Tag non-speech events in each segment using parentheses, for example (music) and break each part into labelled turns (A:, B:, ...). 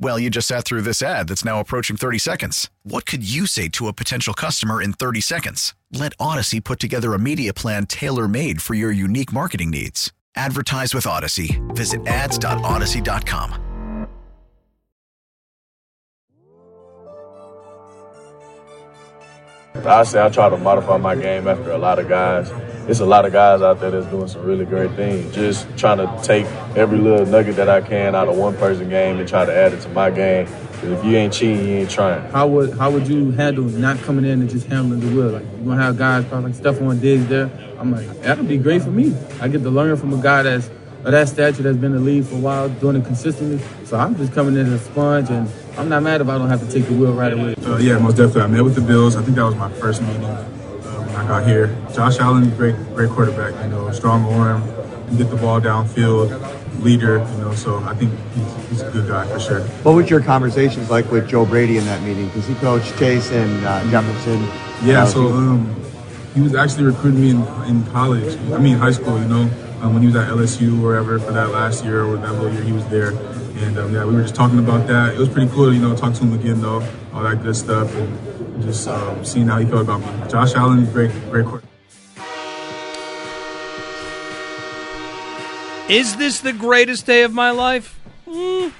A: Well, you just sat through this ad that's now approaching 30 seconds. What could you say to a potential customer in 30 seconds? Let Odyssey put together a media plan tailor made for your unique marketing needs. Advertise with Odyssey. Visit ads.odyssey.com.
B: I say I try to modify my game after a lot of guys. It's a lot of guys out there that's doing some really great things. Just trying to take every little nugget that I can out of one person game and try to add it to my game. 'Cause if you ain't cheating, you ain't trying.
C: How would how would you handle not coming in and just handling the wheel? Like you gonna have guys probably like Stephon Diggs there. I'm like, that'd be great for me. I get to learn from a guy that's of that stature that's been in the league for a while, doing it consistently. So I'm just coming in as a sponge and I'm not mad if I don't have to take the wheel right away.
D: Uh, yeah, most definitely. I met with the Bills. I think that was my first meeting uh, when I got here. Josh Allen, great, great quarterback. You know, strong arm, can get the ball downfield, leader. You know, so I think he's, he's a good guy for sure.
E: What were your conversations like with Joe Brady in that meeting? Because he coached Chase and uh,
F: Mm-hmm.
E: Jefferson.
D: Yeah,
E: Uh,
D: so um, he was actually recruiting me in, in college. I mean, high school. You know, um, when he was at LSU or wherever for that last year or that little year he was there. And um, yeah, we were just talking about that. It was pretty cool. to, You know, talk to him again though, all that good stuff, and just um, seeing how he felt about me. Josh Allen, great, great quarterback.
G: Is this the greatest day of my life? Mm.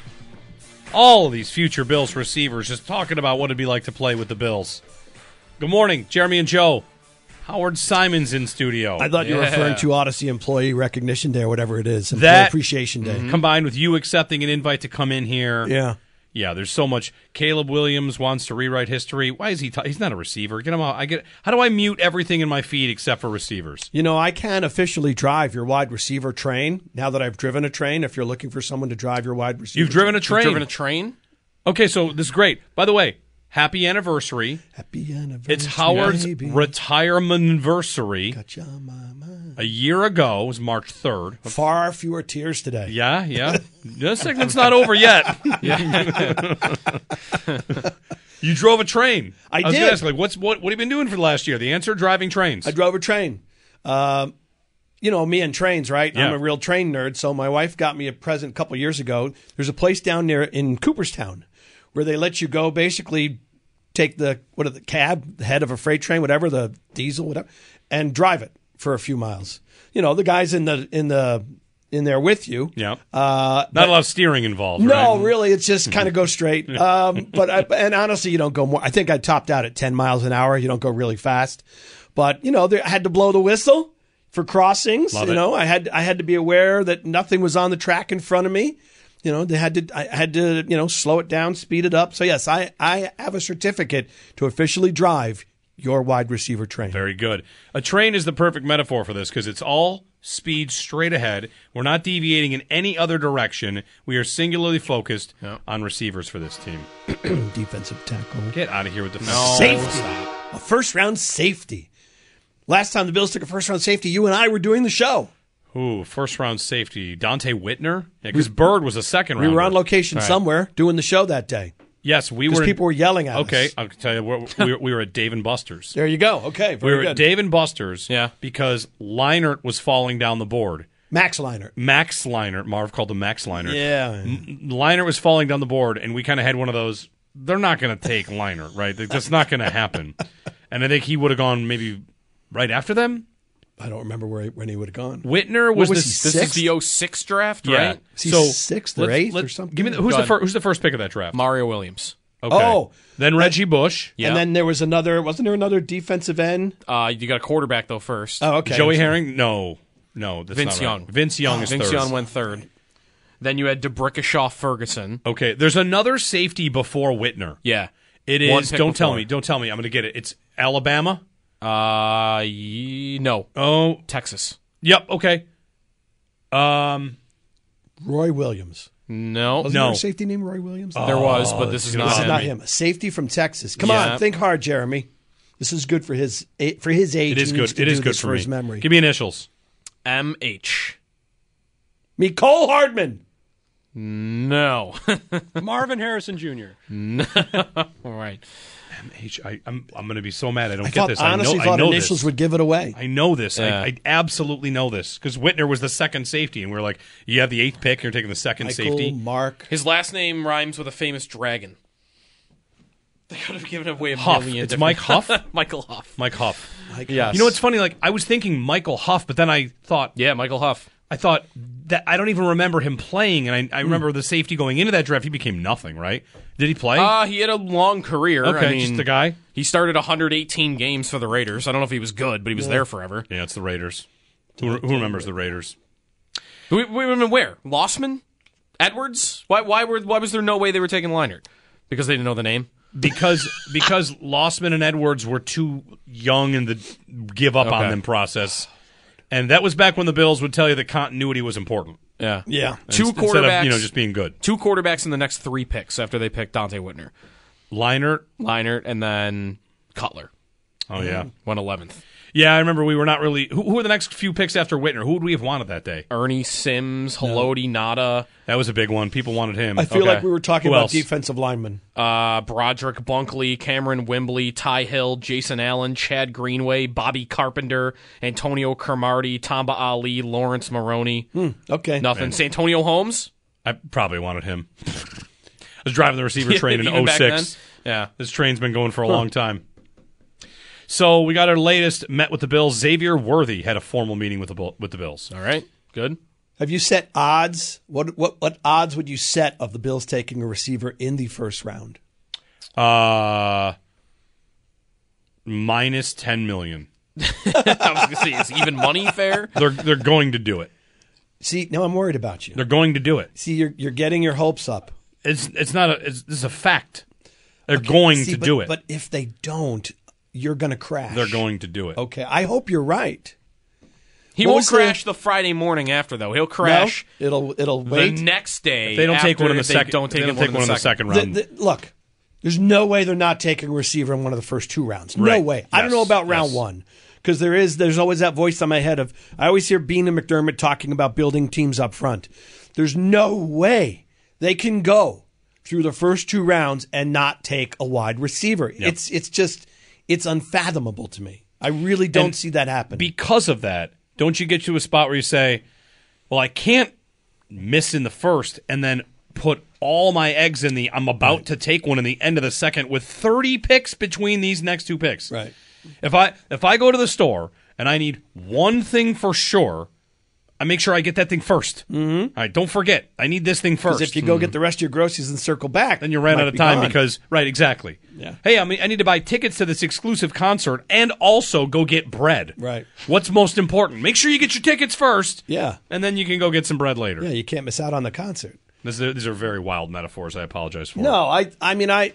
G: All these future Bills receivers just talking about what it'd be like to play with the Bills. Good morning, Jeremy and Joe. Howard Simon's in studio.
F: I thought you were
G: Yeah.
F: referring to Odyssey Employee Recognition Day or whatever it is. Employee
G: That-
F: Appreciation Day.
G: combined with you accepting an invite to come in here.
F: Yeah.
G: Yeah, there's so much. Caleb Williams wants to rewrite history. Why is he? T- he's not a receiver. Get him out. I get. How do I mute everything in my feed except for receivers?
F: You know, I can officially drive your wide receiver train now that I've driven a train. If you're looking for someone to drive your wide receiver,
G: You've driven a train.
H: driven a train.
G: okay, so this is great. By the way, happy anniversary.
F: Happy anniversary.
G: It's Howard's
F: baby.
G: retirement anniversary.
F: Got you on my mind.
G: A year ago it was March 3rd.
F: Far fewer tears today.
G: Yeah, yeah. This segment's not over yet. you drove a train.
F: I
G: was
F: did.
G: gonna ask, like, what's what? What have you been doing for the last year? The answer: driving trains.
F: I drove a train. Um, you know me and trains, right?
G: Yeah.
F: I'm a real train nerd. So my wife got me a present a couple years ago. There's a place down near in Cooperstown where they let you go basically take the what are the cab, the head of a freight train, whatever the diesel, whatever, and drive it for a few miles. You know the guys in the in the in there with you.
G: yeah.
F: Uh,
G: not a lot of steering involved.
F: no,
G: right?
F: really, it's just kind of
G: (laughs)
F: go straight. Um, but I, and honestly, you don't go more. I think I topped out at ten miles an hour. You don't go really fast, but you know, there, I had to blow the whistle for crossings.
G: Love
F: you
G: it.
F: know, I had I had to be aware that nothing was on the track in front of me. You know, they had to I had to you know slow it down, speed it up. So yes, I I have a certificate to officially drive your wide receiver train.
G: Very good. A train is the perfect metaphor for this because it's all speed straight ahead. We're not deviating in any other direction. We are singularly focused on receivers for this team.
F: defensive tackle.
G: Get out of here with the
F: safety. A first round safety. Last time the Bills took a first round safety, you and I were doing the show.
G: Ooh, first round safety Dante Whitner. because Bird was a second
F: We
G: round.
F: were on location somewhere doing the show that day.
G: Yes, we
F: because
G: were.
F: people were yelling at us.
G: okay, I can tell you, we're, we, were, we were at Dave and Buster's.
F: There you go. Okay,
G: we
F: very
G: were
F: good.
G: at Dave and Buster's.
C: Yeah.
G: because Leinert was falling down the board.
F: Max Leinert.
G: Max Leinert, Marv called him Max Leinert.
F: Yeah.
G: Liner was falling down the board, and we kind of had one of those. They're not going to take Liner, right? Like, That's not going to
C: (laughs)
G: happen. And I think he would have gone maybe right after them.
F: I don't remember where he, when he would have gone.
G: Whitner was,
F: What was
G: the oh
F: he,
G: s-
F: sixth?
C: This is the 06 draft,
G: yeah.
C: right?
F: Is he sixth or
G: let's-
F: eighth or
G: let's-
F: something?
G: Give me the, who's the
C: Done.
G: first? Who's the first pick of that draft?
C: Mario Williams.
G: Okay.
F: Oh.
G: then Reggie Bush,
C: Yeah.
F: And then there was another. Wasn't there another defensive end?
C: Uh, you got a quarterback though first.
F: Oh, okay.
G: Joey Herring. No, no, that's
C: Vince
G: not right.
C: Young.
G: Vince Young is
C: Vince
G: third.
C: Young went third. Then you had DeBrickashaw Ferguson.
G: Okay, there's another safety before Whitner.
C: Yeah.
G: It
C: One
G: is.
C: pick
G: Don't tell
C: before.
G: me. Don't tell me. I'm going to get it. It's Alabama.
C: Uh, ye- no.
G: Oh,
C: Texas.
G: yep. Okay. Um,
F: Roy Williams.
C: No.
F: Wasn't
G: No. Oh,
F: there a safety named Roy Williams?
C: There was, but this is
G: dude.
C: not.
F: This is
C: him.
F: not him. A safety from Texas. Come
C: Yeah.
F: on, think hard, Jeremy. This is good for his for his age.
G: It is
F: He needs
G: good.
F: to
G: It
F: do
G: is good
F: this
G: for,
F: for,
G: me.
F: his memory.
G: Give me initials.
C: MH.
F: me Cole Hardman.
C: No.
I: Marvin Harrison Jr.
C: All right.
G: H. I, I'm I'm going to be so mad. I don't
F: I
G: get
F: thought,
G: this.
F: honestly
G: I know. I
F: thought
G: know
F: initials
G: this.
F: would give it away.
G: I know this.
C: Yeah.
G: I, I absolutely know this because Whitner was the second safety, and we are like, you have the eighth pick, and you're taking the second
F: Michael
G: safety.
F: Mark.
C: His last name rhymes with a famous dragon. They could have given away a
G: Huff.
C: million.
G: It's
C: different-
G: Mike Huff?
C: (laughs) Michael Huff.
G: Mike Huff.
C: Yes.
G: You know what's funny? Like I was thinking Michael Huff, but then I thought
C: Yeah, Michael Huff.
G: I thought that I don't even remember him playing, and I, I remember the safety going into that draft. He became nothing, right? Did he play?
C: Uh, he had a long career.
G: okay,
C: I mean,
G: just the guy.
C: He started 118 games for the Raiders. I don't know if he was good, but he was there forever.
G: Yeah, it's the Raiders. Who, who remembers the Raiders?
C: We, we, I mean, where? Lossman? Edwards? Why, why, were, why was there no way they were taking Leinert? Because they didn't know the name?
G: (laughs) because because Lossman and Edwards were too young in the give up on
C: Okay.
G: them process, and that was back when the Bills would tell you that continuity was important.
C: Yeah.
F: Yeah.
C: Two
G: Instead
C: quarterbacks.
G: of you know just being good.
C: two quarterbacks in the next three picks after they picked Dante Whitner.
G: Leinert,
C: Leinert and then Cutler.
G: oh yeah,
C: Went 11th.
G: yeah. I remember we were not really. Who, who were the next few picks after Whitner? Who would we have wanted that day?
C: Ernie Sims, Haloti Nada,
G: That was a big one. People wanted him.
F: I feel
C: Okay.
F: like we were talking
G: Who
F: about
G: else?
F: defensive linemen.
C: uh, Broderick Bunkley, Cameron Wimbley, Ty Hill, Jason Allen, Chad Greenway, Bobby Carpenter, Antonio Cromartie, Tamba Ali, Lawrence Maroney.
F: Okay.
C: Nothing. Santonio Holmes?
G: I probably wanted him. I was driving the
C: (laughs)
G: receiver train
C: Even
G: in
C: back
G: 06.
C: then? Yeah.
G: This train's been going for a long time. So we got our latest met with the Bills. Xavier Worthy had a formal meeting with the Bull- with the Bills.
C: All right. Good.
F: Have you set odds? What what what odds would you set of the Bills taking a receiver in the first round?
G: Uh, minus ten million.
C: (laughs) I was going to say, is even money fair?
G: They're they're going to do it.
F: See, now I'm worried about you.
G: They're going to do it.
F: See, you're you're getting your hopes up.
G: It's it's not a it's, this is a fact. They're going
F: See,
G: to
F: but,
G: do it.
F: But if they don't, you're going to crash.
G: they're going to do it.
F: Okay, I hope you're right.
C: He
F: What
C: won't
F: was the-
C: crash the Friday morning after, though. He'll crash
F: No, it'll it'll
C: the
F: wait.
C: next day.
G: If they don't take
C: after
G: one in the
C: if they
G: second.
C: Don't take,
G: they don't
C: one,
G: take one in the second
F: The-
G: round.
F: the- look, there's no way they're not taking a receiver in one of the first two rounds. No
G: Right.
F: way. I don't
G: Yes.
F: know about round
G: Yes.
F: one because there is there's always that voice on my head of I always hear Bean and McDermott talking about building teams up front. There's no way they can go through the first two rounds and not take a wide receiver. It's it's just it's unfathomable to me. I really don't see that happen.
G: because of that, don't you get to a spot where you say, "Well, I can't miss in the first and then put all my eggs in the I'm about to take one in the end of the second with 30 picks between these next two picks."
F: Right.
G: If I if I go to the store and I need one thing for sure, I make sure I get that thing 1st Mm-hmm. All right, don't forget, I need this thing first. Mm.
F: Because if you go get the rest of your groceries and circle back,
G: then you ran
F: might
G: out of
F: be
G: time
F: gone.
G: because right, exactly.
F: Yeah.
G: Hey, I mean, I need to buy tickets to this exclusive concert and also go get bread.
F: Right.
G: What's most important? Make sure you get your tickets first.
F: Yeah.
G: And then you can go get some bread later.
F: yeah, you can't miss out on the concert.
G: This- these are very wild metaphors. I apologize for.
F: No, I I mean I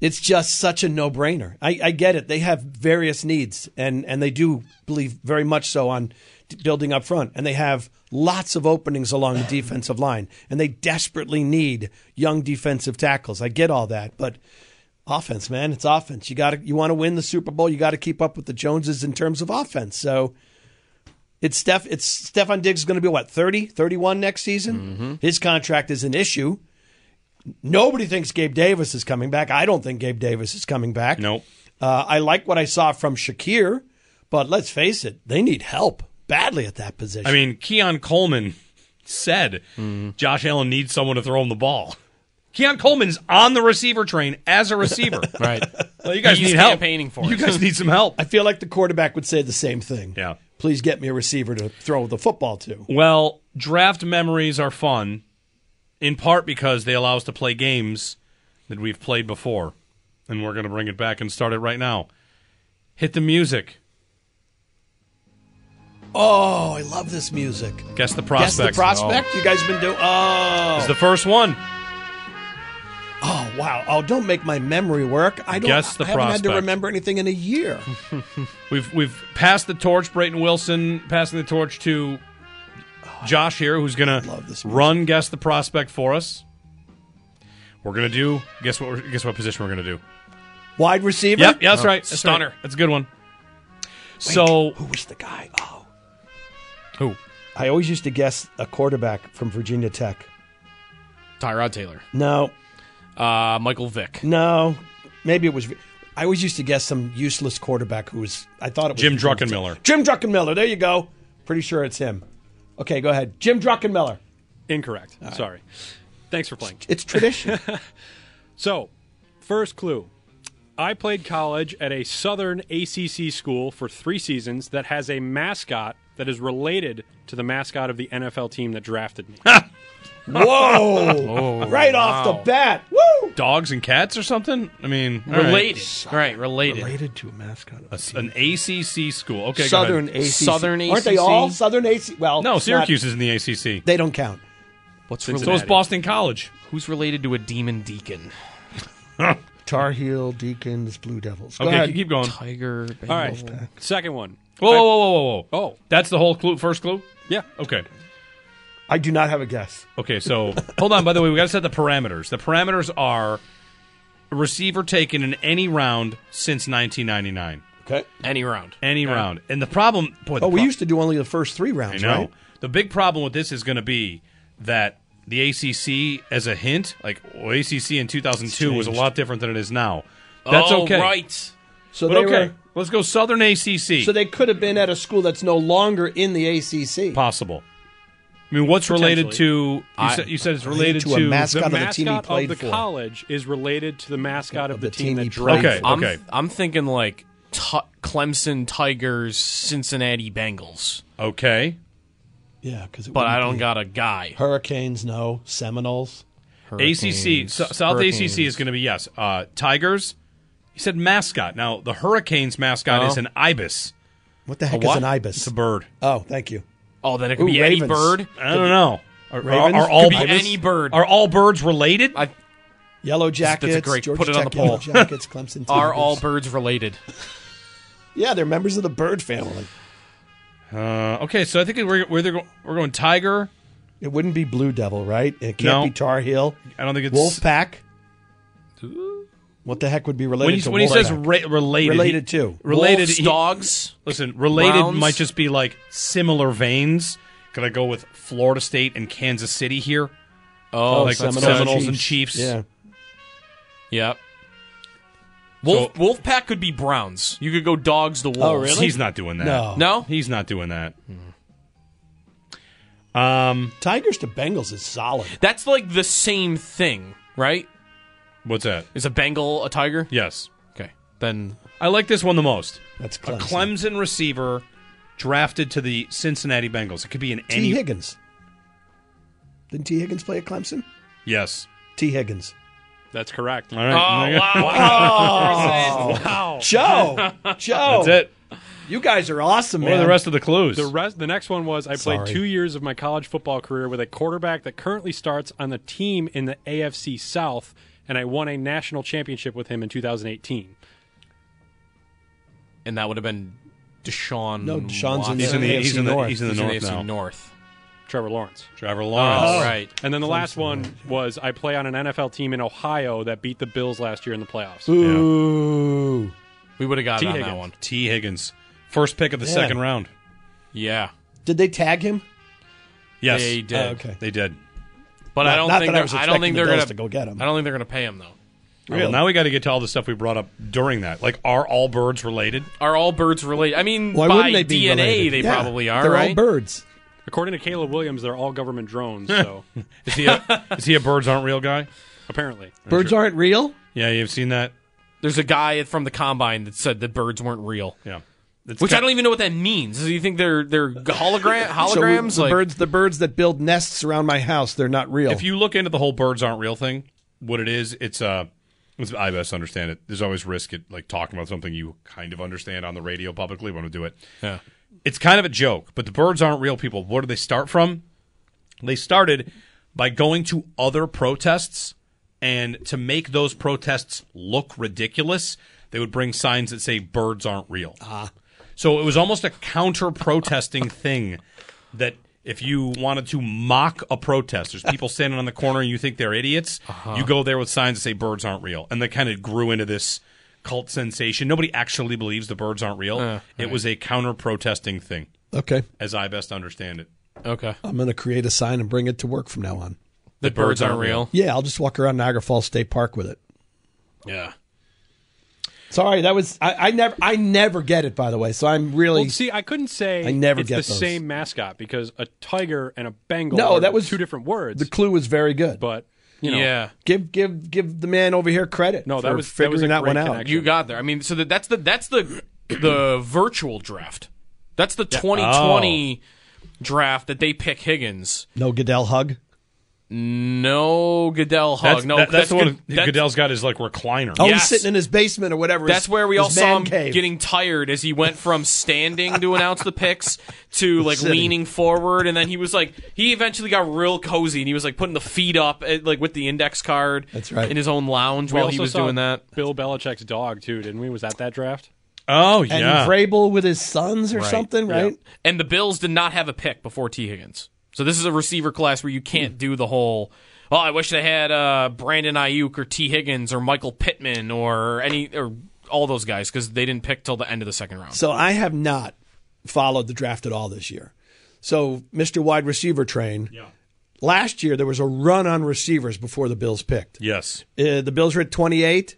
F: it's just such a no-brainer. I, I get it. They have various needs and and they do believe very much so on d- building up front and they have lots of openings along the defensive line and they desperately need young defensive tackles. I get all that, but offense, man, it's offense. You got to you want to win the Super Bowl, you got to keep up with the Joneses in terms of offense. So it's Steph. It's
G: Mm-hmm.
F: Stefan Diggs is going to be what 30, 31 next season. His contract is an issue. Nobody thinks Gabe Davis is coming back. I don't think Gabe Davis is coming back.
G: Nope.
F: Uh, I like what I saw from Shakir, but let's face it, they need help badly at that position. Mm-hmm.
G: I mean, Keon Coleman said Josh Allen needs someone to throw him the ball. Keon Coleman's on the receiver train as a
F: (laughs)
G: receiver.
C: right.
G: Well, you guys
C: He's
G: need
A: Oh.
G: help.
C: campaigning for
G: You
C: it.
G: guys need some help.
F: I feel like the quarterback would say the same thing.
G: Yeah.
F: Please get me a receiver to throw the football to.
G: Well, draft memories are fun, in part because they allow us to play games that we've played before. And we're going to bring it back and start it right now. Hit the music.
F: Oh, I love this music.
G: Guess the prospect.
F: Guess the prospect you guys have been doing. Oh,
G: It's the first one.
F: oh wow. Oh, don't make my memory work. I don't.
G: Guess the
F: I haven't had to
G: prospect.
F: remember anything in a year.
G: We've we've passed the torch, Brayton Wilson passing the torch to Josh here, who's gonna (laughs) run guess the prospect for us. We're gonna do guess what we're- guess what position we're gonna do.
F: Wide receiver.
G: Yep, yeah, that's
F: Oh,
G: right. That's
F: stunner.
G: right. That's a good one. So
F: who was the guy? Oh,
G: who?
F: I always used to guess a quarterback from Virginia Tech.
C: Tyrod Taylor,
F: No,
C: uh, Michael Vick.
F: no, maybe it was. I always used to guess some useless quarterback who was. I thought it was
G: Jim
F: Virginia
G: Druckenmiller.
F: Tech. Jim Druckenmiller. There you go. Pretty sure it's him. Okay, go ahead. Jim Druckenmiller.
J: Incorrect. Sorry. Thanks for playing.
G: (laughs)
F: It's tradition.
J: So, first clue. I played college at a Southern ACC school for three seasons that has a mascot that is related to the mascot of the NFL team that drafted me.
G: Oh,
F: Whoa! right off the bat. Woo!
G: Dogs and cats or something? I mean, all right.
C: Related. Right. related.
F: to a mascot.
G: A s- an ACC school. Okay, go
F: Southern
G: ahead.
F: ACC.
C: Southern
F: Aren't they
C: ACC?
F: all Southern ACC? Well,
G: No,
F: it's not-
G: Syracuse is in the ACC.
F: they don't count.
C: What's
G: So is
C: related?
G: Boston College.
C: Who's related to a
G: (laughs)
C: demon deacon?
F: Tar Heel, Deacons, Blue Devils. Go
G: Okay,
F: ahead.
G: keep going.
C: Tiger.
J: All right. Second one.
G: Whoa, whoa, whoa, whoa, whoa, whoa.
J: Oh,
G: That's the whole clue. First clue.
J: yeah.
G: Okay.
F: I do not have a guess.
G: Okay, so hold on. By the way, we got to set the parameters. The parameters are a receiver taken in any round since 1999,
F: Okay.
C: Any round.
G: any round. And the problem, boy, the
F: Oh, we
G: pro-
F: used to do only the first three
G: I
F: rounds,
G: know
F: right?
G: the big problem with this is going to be that the ACC, as a hint, like well, ACC in 2002 was a lot different than it is now. That's
C: Oh,
G: okay.
C: Right.
F: So
G: But
F: they
G: okay,
F: were-
G: let's go Southern ACC.
F: so they could have been at a school that's no longer in the ACC.
G: possible. I mean, what's related to? You,
C: I-
G: said, you said it's related
F: to
G: to,
F: a mascot
J: The
F: of the team he
J: mascot of
F: played
J: the
F: for.
J: college is related to the mascot of, the, team,
F: he
J: that
F: played
J: drafted.
G: Okay.
F: for.
C: I'm, I'm thinking like t- Clemson Tigers, Cincinnati Bengals,
G: Okay,
F: Yeah, because
C: but I don't got a guy.
F: Hurricanes, no Seminoles.
G: ACC
C: Hurricanes,
G: so, South
C: Hurricanes.
G: ACC is going to be yes. Uh, Tigers. He said mascot. Now the Hurricanes mascot
C: Oh.
G: is an ibis.
F: What the
G: A
F: heck is
G: what?
F: an ibis?
G: It's a bird.
F: oh, thank you.
C: Oh, then it could
F: Ooh,
C: be any
F: Ravens.
C: bird.
G: I don't know. Are, are-
F: Ravens?
G: are all
F: Could be
G: birds-
C: any bird.
G: Are all birds related?
C: I,
F: Yellow
C: that's a
F: Jackets.
C: great-
F: Georgia
C: put it on
F: Tech
C: the
F: Yellow
C: poll.
G: (laughs)
F: Jackets, Clemson.
C: are all
F: Tigers.
C: birds related?
F: Yeah, they're members of the bird family.
G: Uh, okay, so I think we're we're, either go- we're going tiger.
F: It wouldn't be Blue Devil, right? It can't
G: No.
F: be Tar Heel.
G: I don't think it's
F: Wolfpack. What the heck would be related
G: When he,
F: to
G: when he says
F: Wolfpack?
G: ra- related,
F: Related
G: he-
F: to.
G: related
C: Wolves,
G: he-
C: dogs.
G: Listen, related
C: Browns.
G: might just be like similar veins. Could I go with Florida State and Kansas City here?
C: Oh,
G: like
C: Seminoles.
G: Seminoles and Chiefs.
F: Yeah.
C: Yep. Wolf Wolfpack could be Browns. You could go dogs
J: Oh,
C: to
G: Oh,
C: wolves.
F: really?
G: He's not doing that.
F: No.
C: No.
G: He's not doing that. Um,
F: Tigers to Bengals is solid.
C: That's like the same thing, right?
G: what's that?
C: Is a Bengal a tiger?
G: Yes,
C: Okay. Then
G: I like this one the most.
F: That's
G: A
F: Clemson.
G: Clemson receiver drafted to the Cincinnati Bengals. It could be in
F: T.
G: any.
F: Higgins. Didn't T. Higgins play at Clemson?
G: Yes.
F: T. Higgins.
J: That's correct.
G: All
C: Oh,
G: right.
J: Wow.
F: Joe, Joe,
G: That's it.
F: you guys are
G: (laughs)
F: awesome,
G: What
F: man.
G: are the rest of the clues?
J: The rest, the next one was I played
F: Sorry.
J: two years of my college football career with a quarterback that currently starts on the team in the AFC South, and I won a national championship with him in 2018.
C: and that would have been Deshaun.
F: No, Deshaun's
C: Watson.
F: in the,
G: He's in the-
F: AFC
G: he's in the-
F: North.
G: he's in the-
C: He's in
G: North
C: AFC
G: now.
C: North.
J: Trevor Lawrence.
G: Trevor
C: Oh,
G: Lawrence.
C: right.
J: And then the last one was I play on an NFL team in Ohio that beat the Bills last year in the playoffs.
F: Ooh.
C: We would have got
J: T.
C: it on that
J: Higgins.
C: one.
G: T. Higgins, first pick of the
F: Yeah.
G: second round.
C: Yeah.
F: Did they tag him?
G: Yes,
C: They did.
F: Oh, okay.
G: They did.
A: But I
F: Not-
A: don't
F: not
A: think
F: that I
A: they're,
F: was
A: I don't think
F: expecting the
A: they're
F: Bills
A: going
F: to go get him.
A: I don't think they're going to pay him though.
G: Well, now we got to get to all the stuff we brought up during that. Like, are all birds related?
A: Are all birds related? I mean,
G: Why
A: by
G: wouldn't they be
A: DNA,
G: related?
A: they
G: Yeah,
A: probably are.
G: they're all
A: right?
F: birds.
C: According to Caleb Williams, they're all government drones. So
G: Is he a, is he a birds aren't real guy?
C: apparently,
F: Birds aren't real.
G: Yeah, you've seen that.
A: There's a guy from the combine that said that birds weren't real.
G: Yeah,
A: which I don't even know what that means. Do you think they're they're hologram holograms?
F: So the
A: like,
F: birds, the birds that build nests around my house, they're not real.
G: If you look into the whole birds aren't real thing, what it is, it's uh it's, I best understand it. There's always risk at like talking about something you kind of understand on the radio publicly when we do it.
A: Yeah.
G: It's kind of a joke, but the birds aren't real people. Where do they start from? They started by going to other protests and to make those protests look ridiculous, they would bring signs that say birds aren't real. Ah. So it was almost a counter protesting thing that if you wanted to mock a protest, there's people standing on the corner and you think they're idiots, you go there with signs that say birds aren't real. And that kind of grew into this cult sensation. Nobody actually believes the birds aren't real.
A: Uh,
G: it
A: right.
G: was a counter protesting thing,
F: okay,
G: as I best understand it.
A: okay,
F: I'm going to create a sign and bring it to work from now on.
A: the, birds, aren't real.
F: Yeah, I'll just walk around Niagara Falls State Park with it.
G: Yeah.
F: Sorry, that was I, I never I never get it. By the way, so I'm really
C: Well, see, I couldn't say
F: I never
C: it's
F: get
C: the
F: those.
C: same mascot because a tiger and a Bengal.
F: No,
C: are
F: that was-
C: two different words.
F: the clue was very good.
C: but you know,
A: yeah,
F: give give give the man over here credit.
C: No, that
F: for
C: was- that
F: figuring
C: was a
F: that
C: great
F: one out.
C: connection.
A: you got there. I mean, so that, that's the that's the the (clears throat) virtual draft. That's the 2020
G: Oh.
A: draft that they pick Higgins.
F: No Goodell hug.
A: No Goodell hug.
G: That's,
A: no,
G: that- that's the one
A: good- that's-
G: Goodell's got his like recliner.
F: Oh,
A: Yes.
F: he's sitting in his basement or whatever. his-
A: That's where we all
F: his
A: saw
F: man
A: him
F: cave.
A: getting tired as he went from standing to announce the picks
G: (laughs)
A: to like
F: Sitting.
A: leaning forward, and then he was like, he eventually got real cozy and he was like putting the feet up at, like with the index card.
F: That's right.
A: In his own lounge
C: we
A: while
C: also
A: he was
C: saw
A: doing that.
C: Bill Belichick's dog too, didn't we? Was that that draft?
G: Oh
F: and
G: yeah.
F: Vrabel with his sons or something, right?
A: And the Bills did not have a pick before T Higgins, so this is a receiver class where you can't do the whole. Oh, I wish they had uh, Brandon Ayuk or T Higgins or Michael Pittman or any or all those guys because they didn't pick till the end of the second round.
F: So I have not followed the draft at all this year. So Mr. Wide Receiver Train. Last year there was a run on receivers before the Bills picked.
G: yes.
F: Uh, the Bills are at 28.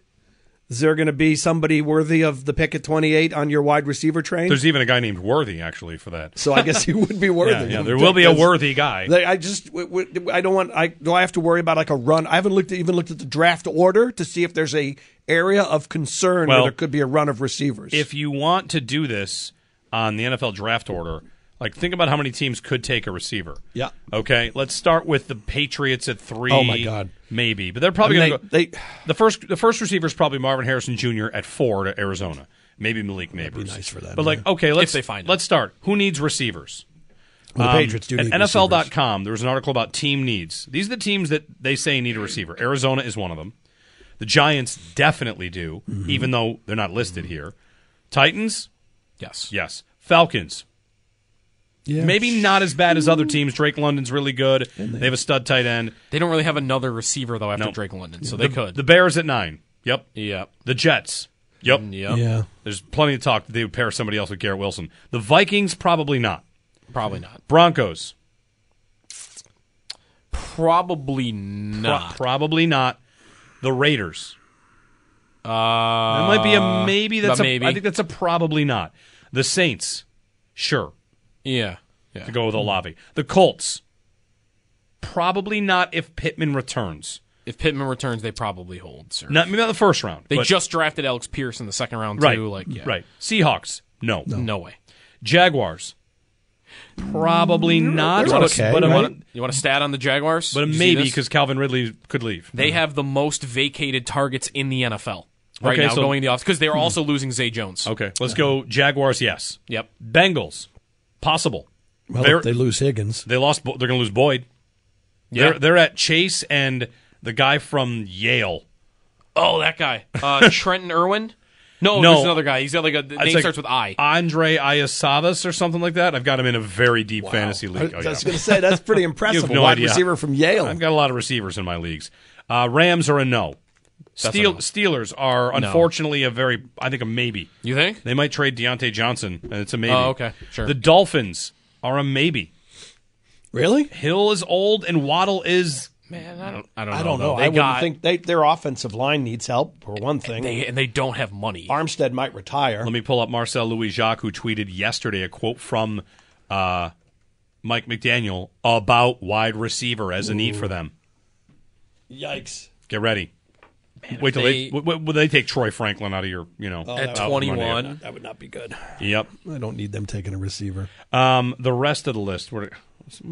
F: Is there going to be somebody worthy of the pick at 28 on your wide receiver train?
G: There's even a guy named Worthy actually for that.
F: so I guess he would be
G: (laughs)
F: worthy.
G: Yeah, yeah, there will be a worthy guy.
F: Like, I just w- w- I don't want I do I have to worry about like a run. I haven't looked at, even looked at the draft order to see if there's a area of concern
G: Well,
F: where there could be a run of receivers.
G: If you want to do this on the NFL draft order, like think about how many teams could take a receiver.
F: Yeah.
G: Okay. Let's start with the Patriots at three.
F: Oh, my God.
G: Maybe, but they're probably
F: I mean,
G: going to go.
F: they- they-
G: the first the first receiver is probably Marvin Harrison Jr. at four to Arizona. Maybe Malik Neighbors.
F: nice for them,
G: But like, oh, okay, let's
A: they find him.
G: let's start. Who needs receivers?
F: Well, the
G: Um,
F: Patriots do
G: at
F: need receivers.
G: NFL.com, there was an article about team needs. These are the teams that they say need a receiver. Arizona is one of them. The Giants definitely do, even though they're not listed here. Titans,
A: yes.
G: yes. Falcons,
F: Yeah.
G: maybe not as bad as other teams. Drake London's really good. They have a stud tight end.
A: They don't really have another receiver though after
G: No.
A: Drake London, so they could.
G: The Bears at nine. Yep.
A: yep.
G: The Jets. Yep.
A: Yep.
F: Yeah.
G: There's plenty of talk that they would pair somebody else with Garrett Wilson. The Vikings, probably not.
A: Probably not.
G: Broncos,
A: Probably
G: pro-
A: not.
G: probably not. The Raiders.
A: uh,
G: That might be a maybe. That's
A: but
G: a,
A: maybe.
G: I think that's a probably not. The Saints, sure,
A: yeah. Yeah.
G: to go with Olave. The Colts, probably not if Pittman returns.
A: If Pittman returns, they probably hold. Sir.
G: Not maybe not the first round.
A: they
G: but-
A: just drafted Alex Pierce in the second round
G: right,
A: too. Like yeah.
G: right. Seahawks, no.
A: No way.
G: Jaguars, probably not.
F: they're
G: But,
F: okay,
G: but, a-
F: right?
G: but a,
A: You want to stat on the Jaguars?
G: but a
A: You see
G: maybe
A: this?
G: because Calvin Ridley could leave.
A: they have the most vacated targets in the NFL right
G: Okay,
A: now
G: so- Hmm.
A: going the offense because they are also losing Zay Jones.
G: Okay, let's go. Jaguars, yes.
A: Yep.
G: Bengals, possible.
F: well,
G: They're-
F: if they lose Higgins.
G: They lost. Bo- They're going to lose Boyd.
A: Yeah.
G: They're, they're at Chase and the guy from Yale.
A: Oh, that guy,
G: (laughs)
A: uh, Trenton Irwin. No,
G: No.
A: there's another guy. He's got like a the
G: It's
A: name
G: like
A: starts with I.
G: Andre Ayasavas or something like that. I've got him in a very deep fantasy league. Oh,
F: I
G: yeah.
F: was going to say that's pretty
G: (laughs) You
F: impressive.
G: have no
F: a wide
G: idea.
F: receiver from Yale.
G: I've got a lot of receivers in my leagues. Uh, Rams are a no. Steel,
A: no.
G: Steelers are unfortunately a very, I think a maybe.
A: You think?
G: They might trade Deontay Johnson, and it's a maybe.
A: Oh, okay. Sure.
G: The Dolphins are a maybe.
F: really?
G: Hill is old, and Waddle is Man, I don't. I don't.
F: I don't
G: though.
F: know.
G: They
F: I wouldn't
G: got-
F: think they, their offensive line needs help for one thing.
G: They, and they don't have money.
F: Armstead might retire.
C: Let me pull up Marcel Louis Jacques, who tweeted yesterday a quote from uh, Mike McDaniel about wide receiver as a need for them.
F: Yikes.
C: Get ready.
F: Man,
C: Wait
F: if
C: till
F: they-
C: they, w- w- will they take Troy Franklin out of your, you know,
F: Oh, that
C: out
F: would-
C: from under you.
F: That would not be good.
C: Yep.
F: I don't need them taking a receiver.
C: Um, the rest of the list, we're,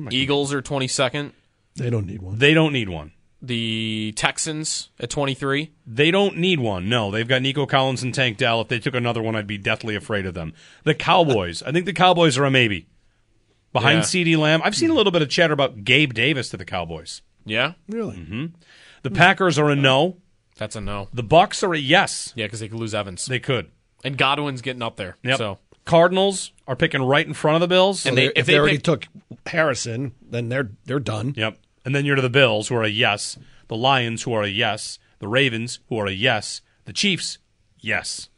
G: Eagles are twenty second.
F: They don't need one.
C: They don't need one.
G: The Texans at twenty three.
C: They don't need one. No, they've got Nico Collins and Tank Dell. If they took another one, I'd be deathly afraid of them. The Cowboys. I think the Cowboys are a maybe. Behind
G: Yeah.
C: C.D. Lamb. I've seen a little bit of chatter about Gabe Davis to the Cowboys.
G: Yeah,
F: really.
C: hmm The Packers are a no.
G: That's a no.
C: The Bucks are a yes.
G: Yeah, because they could lose Evans.
C: They could.
G: And Godwin's getting up there.
C: Yep.
G: So
C: Cardinals are picking right in front of the Bills.
F: and if, they, already took Harrison, then they're they're done.
C: Yep. And then you're to the Bills, who are a yes. The Lions, who are a yes. The Ravens, who are a yes. The Chiefs, yes.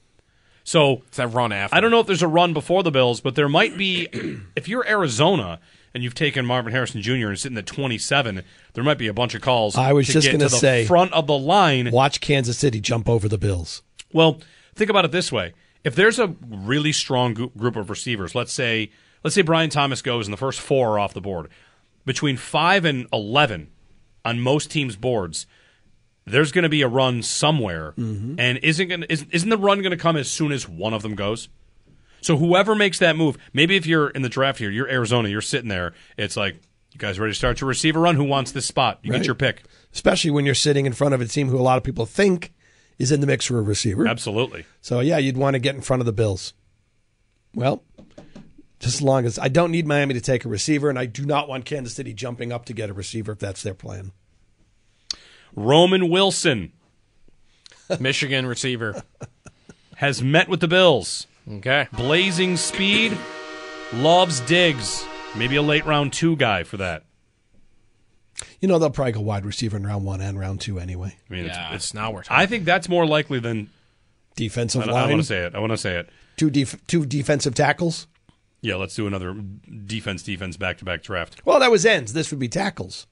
C: So
G: it's that run after.
C: I don't know if there's a run before the Bills, but there might be. (clears throat) if you're Arizona and you've taken Marvin Harrison Jr. and sitting at 27, there might be a bunch of calls.
F: I was
C: to
F: just
C: get
F: going to
C: the
F: say
C: front of the line.
F: Watch Kansas City jump over the Bills.
C: Well, think about it this way: if there's a really strong gr- group of receivers, let's say let's say Brian Thomas goes and the first four are off the board, between five and eleven on most teams' boards, there's going to be a run somewhere, and isn't going is, isn't the run going to come as soon as one of them goes? So whoever makes that move, maybe if you're in the draft here, you're Arizona, you're sitting there, it's like. You guys ready to start your receiver run? Who wants this spot? You
F: Right.
C: get your pick.
F: Especially when you're sitting in front of a team who a lot of people think is in the mix for a receiver.
C: Absolutely.
F: So yeah, you'd want to get in front of the Bills. Well, just as long as I don't need Miami to take a receiver, and I do not want Kansas City jumping up to get a receiver if that's their plan.
C: Roman Wilson
G: (laughs) Michigan receiver
C: has met with the Bills.
G: Okay.
C: Blazing speed, loves digs. Maybe a late round two guy for that.
F: You know they'll probably go wide receiver in round one and round two anyway.
C: I mean,
G: Yeah,
C: it's, it's
G: now we're
C: I think that's more likely than
F: Defensive
C: I, don't- I
F: line,
C: want to say it. I want to say it.
F: two def- two defensive tackles.
C: Yeah, let's do another defense, defense, back to back draft.
F: Well, that was ends. This would be tackles.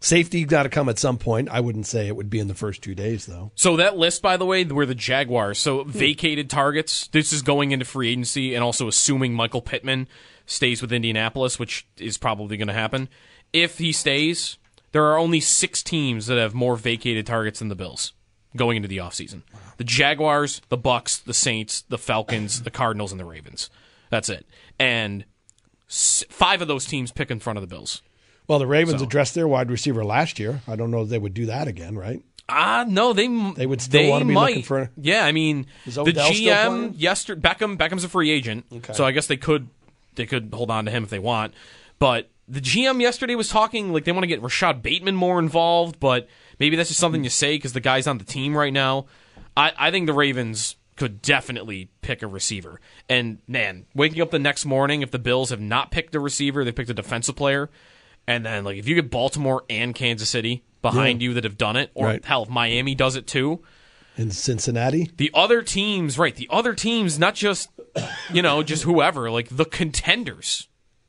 F: Safety got to come at some point. I wouldn't say it would be in the first two days though.
G: So that list, by the way, were the Jaguars. So vacated targets. This is going into free agency, and also assuming Michael Pittman stays with Indianapolis, which is probably going to happen. If he stays, there are only six teams that have more vacated targets than the Bills going into the offseason. The Jaguars, the Bucks, the Saints, the Falcons, the Cardinals, and the Ravens. That's it. And s- five of those teams pick in front of the Bills.
F: Well, the Ravens
G: So-
F: addressed their wide receiver last year. I don't know if they would do that again, right?
G: Ah, no, they
F: They would still
G: they
F: wanna be
G: might.
F: looking for-
G: Yeah, I mean,
F: Is
G: the
F: Odell still
G: GM
F: playing?
G: yesterday Beckham Beckham's a free agent, so I guess they could they could hold on to him if they want. But the GM yesterday was talking like they want to get Rashad Bateman more involved, but maybe that's just something you say because the guy's on the team right now. I, I think the Ravens could definitely pick a receiver. And man, waking up the next morning if the Bills have not picked a receiver, they picked a defensive player. And then like if you get Baltimore and Kansas City behind you that have done it, or
F: Right.
G: hell, if Miami does it too,
F: In Cincinnati,
G: the other teams, right? The other teams, not just you know, just whoever, like the contenders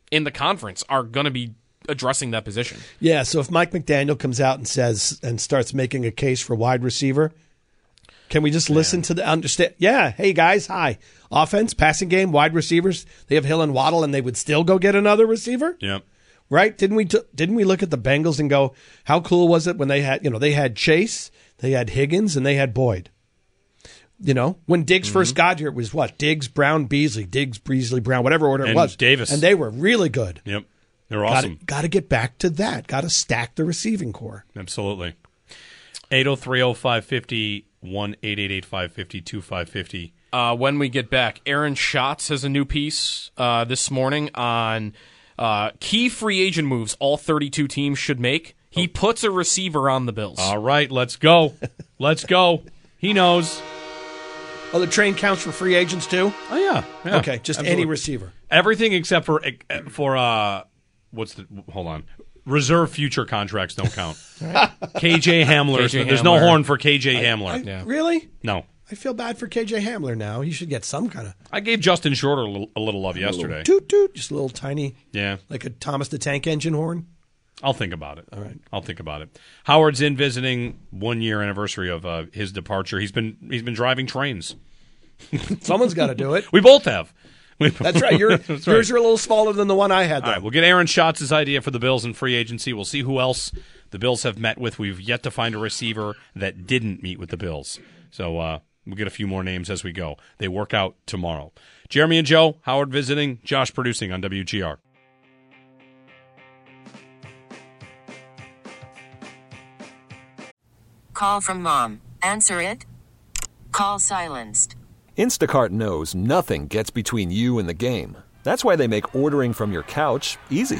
G: in the conference are going to be addressing that position.
F: yeah. So if Mike McDaniel comes out and says and starts making a case for wide receiver, can we just listen to the understand? Yeah, hey guys, hi. Offense, passing game, wide receivers. They have Hill and Waddle, and they would still go get another receiver.
C: Yep.
F: right? Didn't we t- didn't we look at the Bengals and go, how cool was it when they had you know they had Chase, they had Higgins, and they had Boyd. You know, when Diggs
C: Mm-hmm.
F: first got here, it was what Diggs, Brown, Beasley, Diggs, Beasley, Brown, whatever order it
C: And
F: was,
C: Davis.
F: and they were really good.
C: Yep. They're awesome.
F: Got to get back to that. Got to stack the receiving core.
C: Absolutely. 8030550 1888 2550
G: uh, when we get back. Aaron Schatz has a new piece uh, this morning on uh, key free agent moves all 32 teams should make. He puts a receiver on the Bills.
C: Oh. All right,
G: (laughs)
C: let's go. Let's go. He knows.
F: Oh, the train counts for free agents too.
C: Oh yeah. yeah.
F: okay, just
C: Absolutely.
F: any receiver.
C: Everything except for for uh what's the hold on. Reserve future contracts don't count.
F: (laughs)
C: KJ Hamler.
G: KJ
C: There's no
G: Hamler.
C: horn for KJ Hamler.
G: Yeah.
F: Really?
C: No.
F: I feel bad for KJ Hamler now. He should get some kind of
C: I gave Justin Shorter a little, a little love yesterday.
F: toot toot, just a little tiny,
C: Yeah.
F: like a Thomas the Tank Engine horn.
C: I'll think about it. All right, I'll think about it. Howard's in visiting one year anniversary of uh, his departure. He's been he's been driving trains.
F: Someone's got to do it.
C: (laughs) We both have. We-
F: That's right.
C: (laughs)
F: Your,
C: That's right.
F: Yours are a little smaller than the one I had.
C: All right, we'll get Aaron Schatz's idea for the Bills in free agency. We'll see who else the Bills have met with. We've yet to find a receiver that didn't meet with the Bills. So uh, we'll get a few more names as we go. They work out tomorrow. Jeremy and Joe, Howard visiting, Josh producing on WGR.
K: Call from mom. Answer it. Call silenced.
L: Instacart knows nothing gets between you and the game. That's why they make ordering from your couch easy.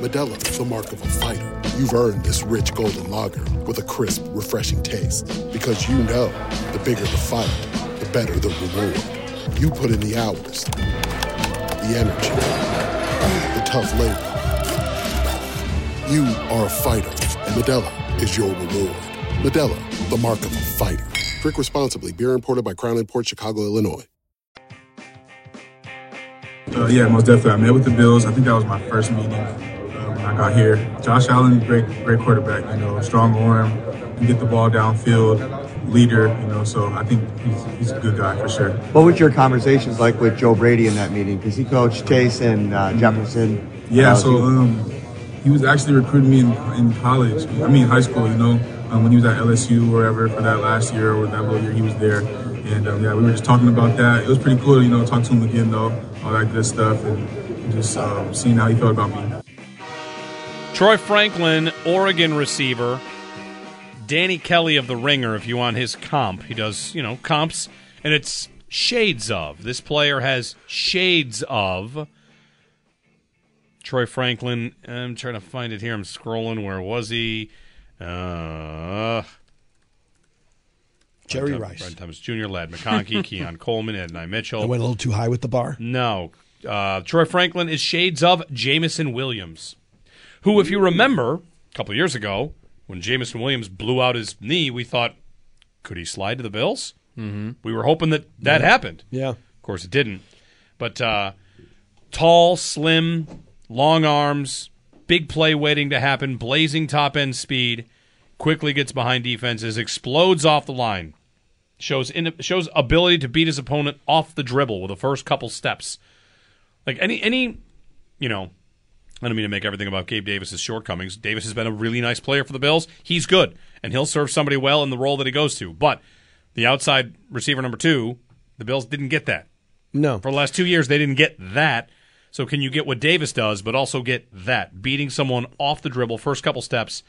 M: Medella is the mark of a fighter. You've earned this rich golden lager with a crisp, refreshing taste. Because you know the bigger the fight, the better the reward. You put in the hours, the energy, the tough labor. You are a fighter, and Medella is your reward. Medella, the mark of a fighter. Drink responsibly. Beer imported by Crown Port Chicago, Illinois.
D: Uh, yeah, most definitely. I met with the Bills. I think that was my first meeting uh, when I got here. Josh Allen, great, great quarterback. You know, strong arm, can get the ball downfield, leader. You know, so I think he's, he's a good guy for sure.
E: What was your conversations like with Joe Brady in that meeting? Because he coached Chase and uh, Jefferson.
D: Yeah,
E: Uh,
D: so um, he was actually recruiting me in, in college. I mean, high school, you know, um, when he was at LSU or whatever for that last year or that little year he was there. And um, yeah, we were just talking about that. It was pretty cool, you know, talk to him again though, all that good stuff, and just um, seeing how he felt about me.
C: Troy Franklin, Oregon receiver. Danny Kelly of The Ringer, if you want his comp. He does, you know, comps, and it's shades of. This player has shades of. Troy Franklin, I'm trying to find it here. I'm scrolling. Where was he? Uh,
F: Jerry
C: Brad Thom-
F: Rice.
C: Brad Thomas Jr., Lad McConkey, Keon Coleman, Edna Mitchell.
F: I went a little too high with the bar.
C: No. Uh, Troy Franklin is shades of Jamison Williams, who, if you remember, a couple years ago, when Jamison Williams blew out his knee, we thought, could he slide to the Bills? Mm-hmm. We were hoping that that
F: Yeah.
C: happened.
F: Yeah.
C: Of course, it didn't. But uh, tall, slim, long arms, big play waiting to happen, blazing top end speed, quickly gets behind defenses, explodes off the line, shows in, shows ability to beat his opponent off the dribble with the first couple steps. Like any any, you know, I don't mean to make everything about Gabe Davis's shortcomings. Davis has been a really nice player for the Bills. He's good, and he'll serve somebody well in the role that he goes to. But the outside receiver number two, the Bills didn't get that.
F: No. Uh,
C: For the last two years, they didn't get that. So can you get what Davis does, but also get that? Beating someone off the dribble, first couple steps.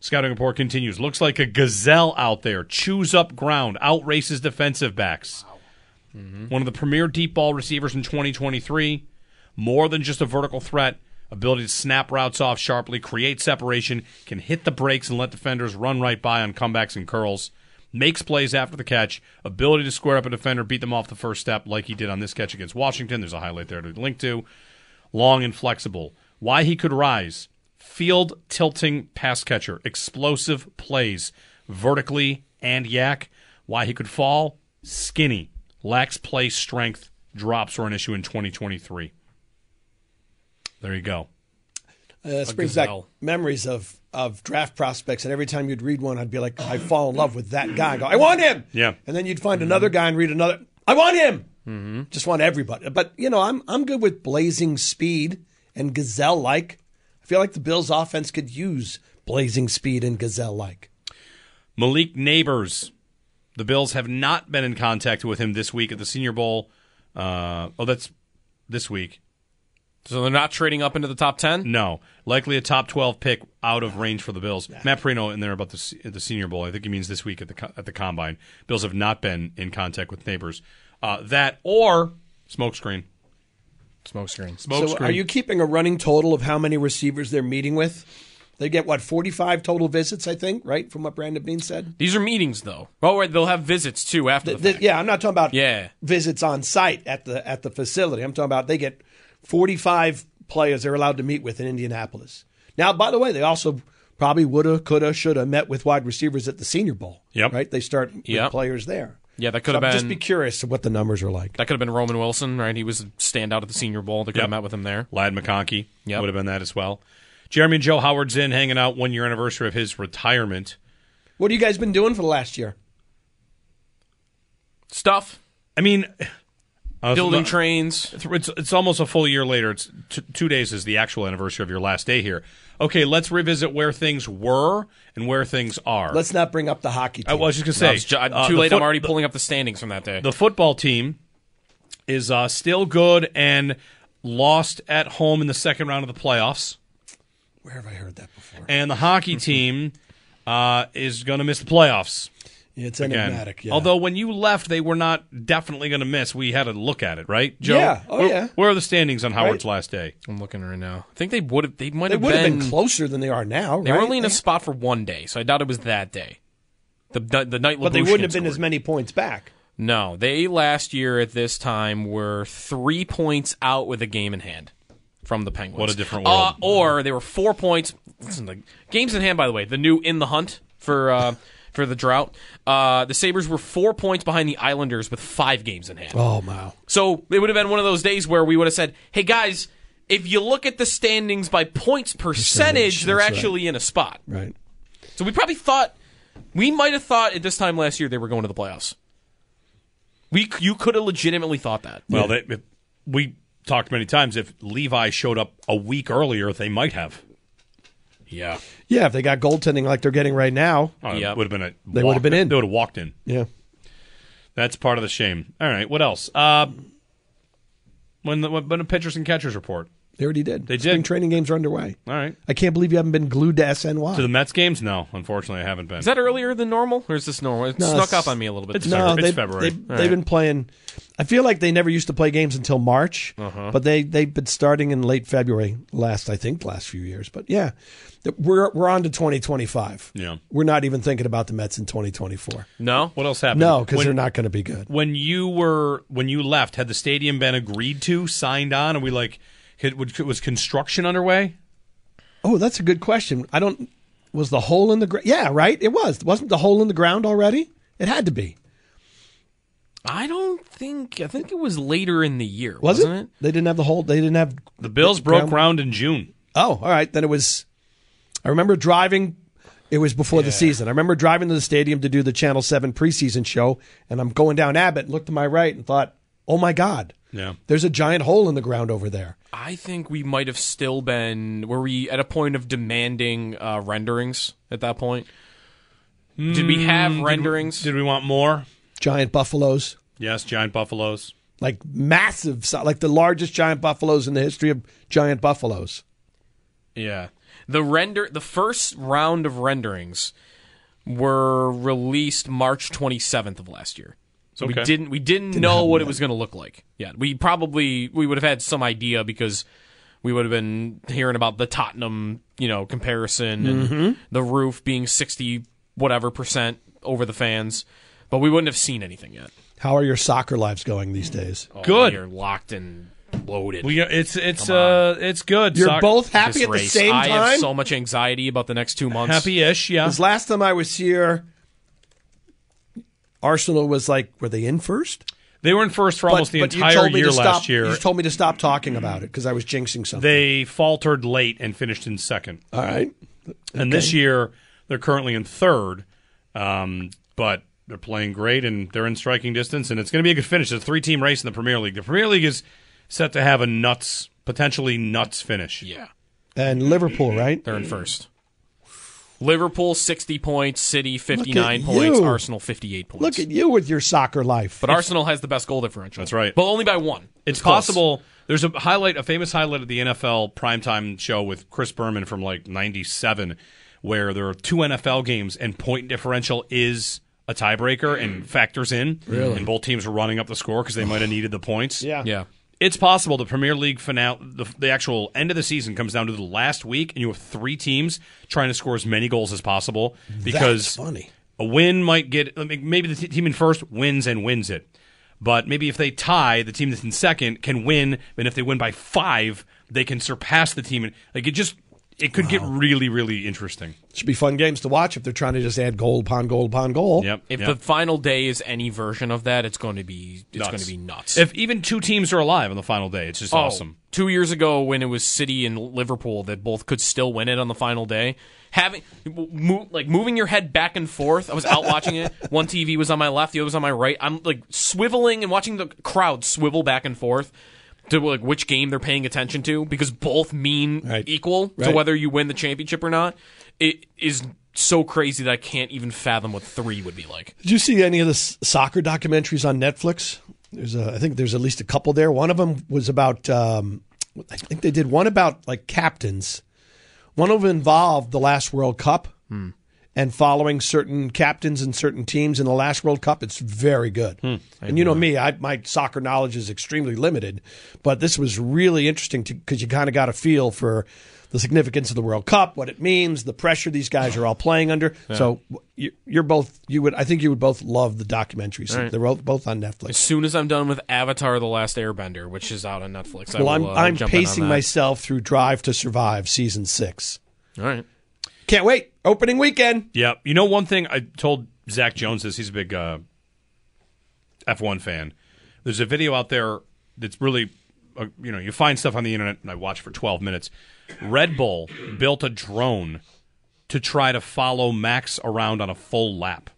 C: Scouting report continues. Looks like a gazelle out there. Chews up ground, outraces defensive backs. One of the premier deep ball receivers in 2023. More than just a vertical threat, ability to snap routes off sharply, create separation, can hit the brakes and let defenders run right by on comebacks and curls. Makes plays after the catch, ability to square up a defender, beat them off the first step like he did on this catch against Washington. There's a highlight there to link to. Long and flexible. Why he could rise. Field tilting pass catcher, explosive plays, vertically and yak. Why he could fall. Skinny. Lacks play strength. Drops were an issue in 2023. There you go.
F: Uh, this
C: A
F: brings
C: gazelle.
F: back memories of, of draft prospects, and every time you'd read one, I'd be like, I fall in love with that guy. I go, I want him.
C: Yeah.
F: And then you'd find another guy and read another. I want him.
C: Mm-hmm.
F: Just want everybody. But you know, I'm I'm good with blazing speed and gazelle like. I feel like the Bills' offense could use blazing speed and gazelle like.
C: Malik Neighbors, The Bills have not been in contact with him this week at the Senior Bowl. Uh, oh, that's this week.
G: So they're not trading up into the top 10?
C: No. Likely a top 12 pick out of range for the Bills. Matt Perino in there about the, se- the Senior Bowl. I think he means this week at the, co- at the Combine. Bills have not been in contact with neighbors. Uh, that or smokescreen.
G: Smokescreen.
C: Smokescreen.
F: So, are you keeping a running total of how many receivers they're meeting with? They get what forty-five total visits, I think, right? From what Brandon Bean said.
G: These are meetings, though. Oh, right, they'll have visits, too, after the,
F: Th-
G: fact.
F: yeah, I'm not talking about
G: Yeah.
F: visits on site at the at the facility. I'm talking about they get 45 players they're allowed to meet with in Indianapolis. Now, by the way, they also probably woulda, coulda, shoulda met with wide receivers at the Senior Bowl.
G: Yep.
F: Right? They start with
G: Yep.
F: players there.
G: Yeah, that could have
F: So
G: been.
F: I'd Just be curious of what the numbers are like.
G: That could have been Roman Wilson, right? He was a standout at the Senior Bowl. They could have met with him there.
C: Lad McConkey would have been that as well. Jeremy and Joe Howard's in hanging out one year anniversary of his retirement.
F: What have you guys been doing for the last year?
G: Stuff.
C: I mean, uh,
G: Building
C: so-
G: trains.
C: It's, it's almost a full year later. It's t- two days is the actual anniversary of your last day here. Okay, let's revisit where things were and where things are.
F: Let's not bring up the hockey team.
C: I was just gonna
G: No,
C: say
G: it's ju- I'm
C: uh,
G: too
C: the
G: late.
C: foot-
G: I'm already pulling up the standings from that day.
C: The football team is uh, still good and lost at home in the second round of the playoffs.
F: Where have I heard that before?
C: And the
G: Mm-hmm.
C: hockey team uh, is going to miss the playoffs.
F: It's
C: again.
F: enigmatic. Yeah.
C: Although when you left, they were not definitely going to miss. We had a look at it, right, Joe?
F: Yeah. Oh,
C: where,
F: yeah.
C: Where are the standings on Howard's last day?
G: I'm looking right now. I think they would have. They might
F: they
G: have
F: would have
G: been.
F: been closer than they are now.
G: They were
F: right?
G: only in a spot for one day, so I doubt it was that day. The the, the night.
F: but they
G: Labushkin
F: wouldn't have been
G: scored.
F: as many points back.
G: No, they last year at this time were three points out with a game in hand from the Penguins.
C: What a different
G: Uh,
C: world.
G: or they were four points. Listen, the games in hand, by the way, the new in the hunt for uh, (laughs) for the drought. Uh, the Sabers were four points behind the Islanders with five games in hand.
F: Oh, wow.
G: So it would have been one of those days where we would have said, "Hey guys, if you look at the standings by points percentage, they're
F: that's right.
G: actually in a spot."
F: Right.
G: So we probably thought we might have thought at this time last year they were going to the playoffs. We c- you could have legitimately thought that.
C: Well, they, if- we talked many times. If Levi showed up a week earlier, they might have.
G: yeah.
F: Yeah, if they got goaltending like they're getting right now,
C: Oh,
G: Yep.
C: It would have been a.
F: They would have been in.
C: They would have walked in.
F: yeah.
C: That's part of the shame. All right. What else? Uh, when the when the pitchers and catchers report.
F: They already did.
C: They
F: Spring
C: did.
F: training games are underway.
C: All right.
F: I can't believe you haven't been glued to SNY.
C: To the Mets games? No, unfortunately, I haven't been.
G: Is that earlier than normal, or is this normal? It
F: No,
G: snuck
F: it's-
G: up on me a little bit.
C: it's
G: this
C: not-
G: year.
F: no,
C: February.
F: they,
C: It's February.
F: They,
G: All
F: They've
G: right.
F: been playing. I feel like they never used to play games until March,
G: Uh-huh.
F: but they they've been starting in late February last. I think last few years, but yeah, Th- we're we're on to 2025.
C: Yeah.
F: We're not even thinking about the Mets in 2024.
G: No.
C: What else happened?
F: No, because
C: When-
F: they're not going to be good.
C: When you were when you left, had the stadium been agreed to, signed on, and we like had- would- was construction underway?
F: Oh, that's a good question. I don't. Was the hole in the ground? Yeah, right. It was. Wasn't the hole in the ground already? It had to be.
G: I don't think. I think it was later in the year,
F: Was
G: wasn't
F: it? They didn't have the hole. They didn't have
C: The Bills broke
F: Ground-
C: ground in June.
F: Oh, all right. Then it was. I remember driving. It was before the season. I remember driving to the stadium to do the Channel Seven preseason show, and I'm going down Abbott and looked to my right and thought, "Oh my God,
C: Yeah.
F: there's a giant hole in the ground over there."
G: I think we might have still been. Were we at a point of demanding uh, renderings at that point? Did we
F: Mm,
G: have renderings?
C: Did we want more?
F: Giant buffaloes,
C: Yes, giant buffaloes.
F: like massive, si- like the largest giant buffaloes in the history of giant buffaloes.
G: Yeah. The render the first round of renderings were released March 27th of last year. So we
C: Okay.
G: didn't we didn't, know what it was going to look like. Yeah. We probably we would have had some idea because we would have been hearing about the Tottenham, you know, comparison and
F: Mm-hmm.
G: the roof being 60 whatever percent over the fans, but we wouldn't have seen anything yet. Oh,
F: How are your soccer lives going these days?
C: Good.
G: You're locked and loaded.
C: We it's it's uh it's good.
F: You're
C: Soc-
F: both
G: This
F: happy at the
G: race.
F: same
G: I
F: time.
G: have so much anxiety about the next 2 months.
C: happy-ish. Yeah.
F: Because last time I was here, Arsenal was like, were they in first?
C: They were in first for almost the entire year
F: to
C: last
F: stop,
C: year.
F: You told me to stop talking about it because I was jinxing something.
C: they faltered late and finished in second.
F: All right.
C: And this year, they're currently in third, um, but they're playing great and they're in striking distance, and it's going to be a good finish. It's a three team race in the Premier League. The Premier League is set to have a nuts, potentially nuts finish.
G: Yeah.
C: Mm.
F: And Liverpool, right?
G: They're in first. Liverpool sixty points, City fifty nine points,
F: you.
G: Arsenal fifty eight points.
F: Look at you with your soccer life.
G: But Arsenal has the best goal differential.
C: That's right.
G: But only by one.
C: It's
G: close.
C: possible. There's a highlight, a famous highlight of the NFL primetime show with Chris Berman from like '97, where there are two NFL games and point differential is a tiebreaker and factors in.
G: Really?
C: And both teams are running up the score because they might have needed the points.
F: Yeah.
G: Yeah.
C: It's possible the Premier League finale, the, the actual end of the season, comes down to the last week, and you have three teams trying to score as many goals as possible because
F: funny.
C: a win might get I mean, maybe the t- team in first wins and wins it, but maybe if they tie, the team that's in second can win, and if they win by five, they can surpass the team. And like it just, it could get really, really interesting.
F: Should be fun games to watch if they're trying to just add goal upon goal upon goal.
C: Yep.
G: If
C: yep.
G: the final day is any version of that, it's going to be it's
C: Nuts.
G: going to be nuts.
C: If even two teams are alive on the final day, it's just
G: Oh,
C: awesome.
G: Two years ago, when it was City and Liverpool that both could still win it on the final day, having mo- like moving your head back and forth. I was out watching it. (laughs) One TV was on my left, the other was on my right. I'm like swiveling and watching the crowd swivel back and forth to like which game they're paying attention to because both mean equal to
F: Right.
G: whether you win the championship or not. It is so crazy that I can't even fathom what three would be like.
F: Did you see any of the s- soccer documentaries on Netflix? There's a, I think there's at least a couple there. One of them was about, um, I think they did one about like captains. One of them involved the last World Cup and following certain captains and certain teams in the last World Cup. It's very good. and you know me, I, my soccer knowledge is extremely limited, but this was really interesting because you kind of got a feel for the significance of the World Cup, what it means, the pressure these guys are all playing under.
G: Yeah.
F: So you, you're both you would I think you would both love the documentaries.
G: Right.
F: They're both, both on Netflix.
G: As soon as I'm done with Avatar: The Last Airbender, which is out on Netflix,
F: well,
G: I
F: I'm
G: will, uh,
F: I'm
G: jump in on
F: pacing
G: that.
F: myself through Drive to Survive season six.
G: All right.
F: Can't wait. Opening weekend.
C: Yeah. You know, one thing I told Zach Jones this, he's a big uh, F1 fan. There's a video out there that's really, uh, you know, you find stuff on the internet and I watch for 12 minutes. Red Bull built a drone to try to follow Max around on a full lap.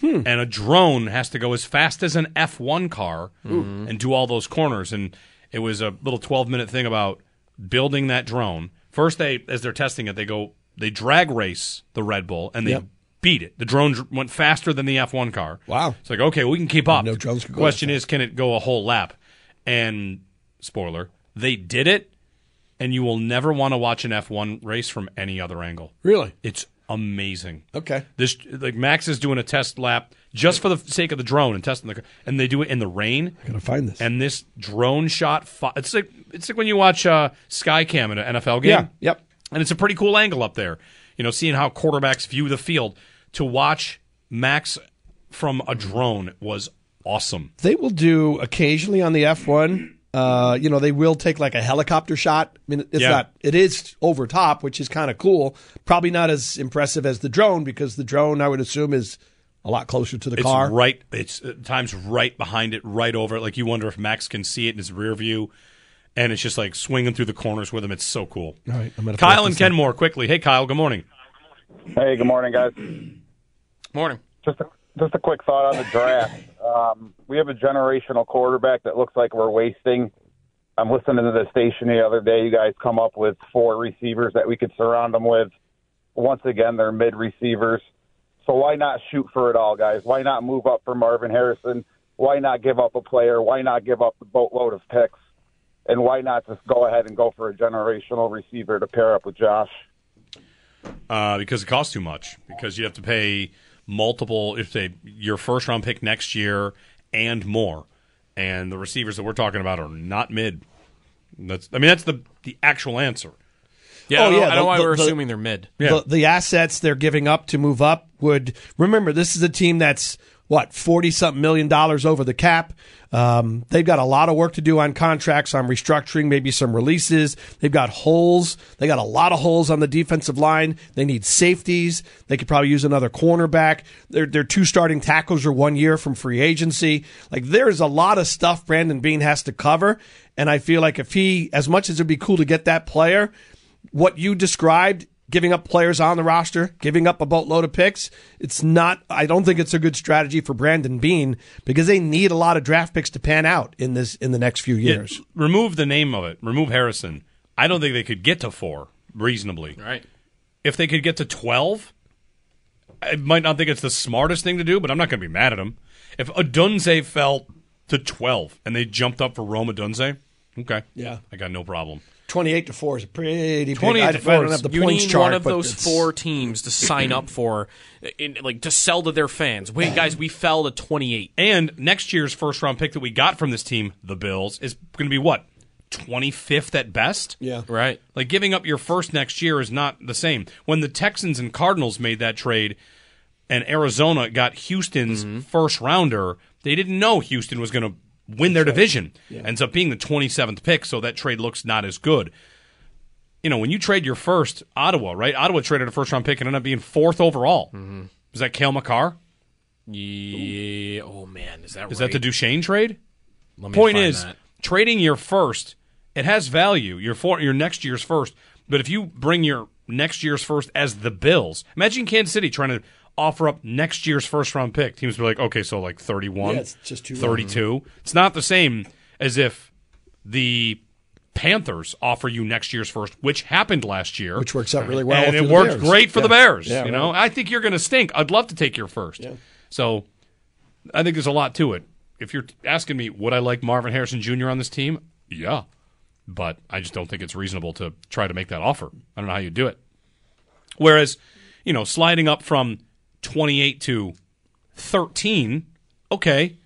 F: Hmm.
C: And a drone has to go as fast as an F1 car
F: Mm-hmm.
G: Ooh.
C: and do all those corners. And it was a little 12 minute thing about building that drone. First, they, as they're testing it, they go, they drag race the Red Bull and they
F: Yep.
C: beat it. The drone dr- went faster than the F1 car.
F: Wow.
C: It's like, okay, we can keep up.
F: No drones could go
C: Question is, can it go a whole lap? And spoiler, they did it, and you will never want to watch an F1 race from any other angle.
F: Really?
C: It's amazing.
F: Okay.
C: This like Max is doing a test lap just for the sake of the drone and testing the car, and they do it in the rain.
F: I gotta find this.
C: And this drone shot, fo- it's like it's like when you watch uh, SkyCam at an NFL game.
F: Yeah, yep.
C: And it's a pretty cool angle up there. You know, seeing how quarterbacks view the field to watch Max from a drone was awesome.
F: They will do occasionally on the F one. Uh, you know, they will take like a helicopter shot. I mean, it's
C: Yeah.
F: not. It is over top, which is kind of cool. Probably not as impressive as the drone because the drone, I would assume, is a lot closer to the
C: it's
F: car.
C: right. It's at times right behind it, right over it. Like you wonder if Max can see it in his rear view, and it's just like swinging through the corners with him. It's so cool.
F: All right, I'm gonna
C: Kyle and Kenmore quickly. Hey, Kyle. Good morning.
N: Hey, good morning, guys.
G: Morning.
N: Just a, just a quick thought on the draft. Um, we have a generational quarterback that looks like we're wasting. I'm listening to the station the other day. You guys come up with four receivers that we could surround them with. Once again, they're mid receivers. So why not shoot for it all, guys? Why not move up for Marvin Harrison? Why not give up a player? Why not give up the boatload of picks? And why not just go ahead and go for a generational receiver to pair up with Josh?
C: Uh, because it costs too much. Because you have to pay multiple if they your first round pick next year and more. And the receivers that we're talking about are not mid. That's I mean that's the the actual answer.
G: Yeah, I don't, know- I
F: Oh, the-
G: don't know why
F: the-
G: we're
F: the-
G: assuming they're mid.
F: The, the assets they're giving up to move up would remember this is a team that's what forty something million dollars over the cap. Um, they've got a lot of work to do on contracts, on restructuring, maybe some releases. They've got holes. They got a lot of holes on the defensive line. They need safeties. They could probably use another cornerback. Their their two starting tackles are one year from free agency. Like there's a lot of stuff Brandon Bean has to cover, and I feel like if he, as much as it'd be cool to get that player, what you described giving up players on the roster giving up a boatload of picks it's not i don't think it's a good strategy for brandon bean because they need a lot of draft picks to pan out in this in the next few
C: Yeah,
F: years
C: remove the name of it. Remove Harrison. I don't think they could get to four reasonably.
G: Right.
C: if they could get to 12, I might not think it's the smartest thing to do, but I'm not going to be mad at them. If Adunze fell to 12 and they jumped up for Roma Dunze, okay.
F: Yeah.
C: I got no problem.
F: 28 to 4 is a pretty big.
C: 28
F: I,
C: to
F: I
C: 4
F: don't have the
G: you
F: points
G: need
F: chart.
G: one of
F: but
G: those
F: it's-
G: four teams to sign up for, in, like to sell to their fans. Wait, guys, we fell to twenty eight.
C: And next year's first round pick that we got from this team, the Bills, is going to be what? 25th at best?
F: Yeah.
C: Right. Like giving up your first next year is not the same. When the Texans and Cardinals made that trade and Arizona got Houston's
F: Mm-hmm.
C: first rounder, they didn't know Houston was going to win their division. Ends up being the 27th pick, so that trade looks not as good. You know, when you trade your first, Ottawa, right? Ottawa traded a first round pick and ended up being fourth overall.
G: Mm-hmm.
C: Is that Kale McCarr?
G: Yeah. Oh man, is that
C: Is
G: right?
C: that the Duchesne trade?
G: Let me
C: Point
G: find
C: is,
G: that.
C: trading your first, it has value. Your for, your next year's first, but if you bring your next year's first as the Bills, imagine Kansas City trying to offer up next year's first round pick. Teams be like, okay, so like thirty one,
F: Yeah, it's just too low.
C: 32. It's not the same as if the Panthers offer you next year's first, which happened last year,
F: Which works out really well
C: and
F: through
C: it
F: the
C: worked
F: Bears.
C: great for the
F: Yeah.
C: Bears.
F: Yeah,
C: you know, I think you're going to stink. I'd love to take your first. So I think there's a lot to it. If you're asking me, would I like Marvin Harrison Jr. on this team? Yeah. But I just don't think it's reasonable to try to make that offer. I don't know how you do it. Whereas, you know, sliding up from 28 to 13, okay.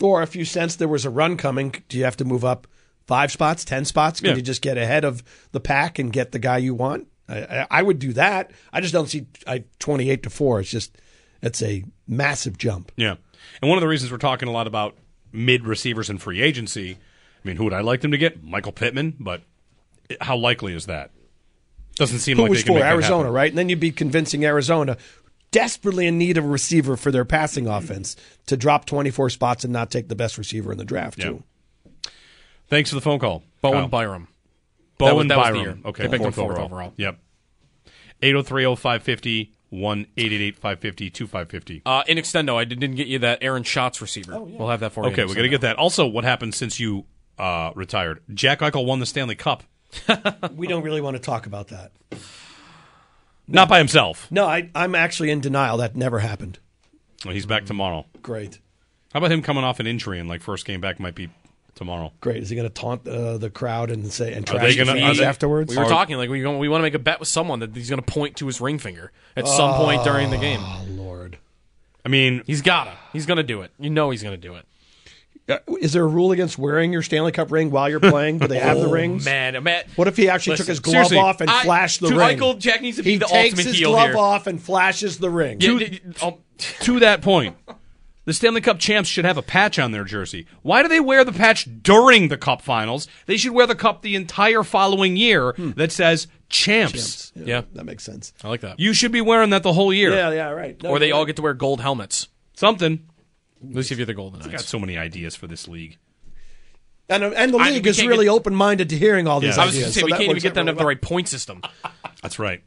F: Or if you sense there was a run coming, do you have to move up five spots, ten spots? Can
C: Yeah.
F: you just get ahead of the pack and get the guy you want? I, I, I would do that. I just don't see I, 28 to 4. It's just, it's a massive jump.
C: Yeah. And one of the reasons we're talking a lot about mid receivers and free agency, I mean, who would I like them to get? Michael Pittman, but how likely is that? Doesn't seem
F: Who
C: like
F: was
C: they can
F: for
C: make that happen.
F: Arizona, right? And then you'd be convincing Arizona, desperately in need of a receiver for their passing offense, to drop 24 spots and not take the best receiver in the draft, too.
C: Thanks for the phone call.
G: Bowen
C: Kyle.
G: Byram. That was-
C: Bowen
G: that was the
C: Byram.
G: year.
C: Okay,
G: They picked
C: fourth
G: him fourth
C: overall.
G: overall.
C: Yep. 803-0550, 1-888-550-2550.
G: Uh, in extendo, I didn't get you that Aaron Schatz receiver.
F: Oh,
G: We'll have that for you.
C: Okay, we got to get that. Also, what happened since you uh, retired? Jack Eichel won the Stanley Cup.
F: We don't really want to talk about that.
C: Not by himself.
F: No, I, I'm actually in denial. That never happened.
C: Well, He's back tomorrow.
F: Great.
C: How about him coming off an injury and like first game back might be tomorrow?
F: Great. Is he going to taunt uh, the crowd and say and
C: Are they
F: trash the
C: gonna- are
F: fans
C: they-
F: afterwards?
G: We were talking like we we want to make a bet with someone that he's going to point to his ring finger at some point during the game.
F: Oh Lord!
C: I mean,
G: He's gotta. He's going to do it. You know he's going to do it.
F: Uh, Is there a rule against wearing your Stanley Cup ring while you're playing? Do they have the
G: (laughs) Oh,
F: rings?
G: Man, man.
F: What if he actually took
G: Listen,
F: his glove
G: seriously,
F: off and
G: I-
F: flashed the
G: to
F: ring?
G: Eichel, Jack needs to be
F: he
G: the
F: takes
G: ultimate
F: his
G: heel
F: glove
G: here.
F: off and flashes the ring.
G: Yeah, d- d- um,
C: to that point, the Stanley Cup champs should have a patch on their jersey. Why do they wear the patch during the cup finals? They should wear the cup the entire following year
F: Hmm.
C: that says champs.
G: yeah,
F: that makes sense.
G: I like that.
C: You should be wearing that the whole year.
F: Yeah, yeah, right. No,
G: Or they
F: you're
G: all
F: right.
G: get to wear gold helmets.
C: Something.
G: At least if you're the Golden
C: I got
G: Knights.
C: so many ideas for this league.
F: and, uh, and the
G: I-
F: league
G: we
F: is
G: can't
F: really
G: get-
F: open minded to hearing all these
C: Yeah.
G: I
C: I
G: was
F: ideas.
G: going to say
F: so
G: we
F: that
G: can't even
F: works
G: get them to
F: out
G: have
F: really
G: the
F: well.
G: right point system.
C: (laughs) That's right.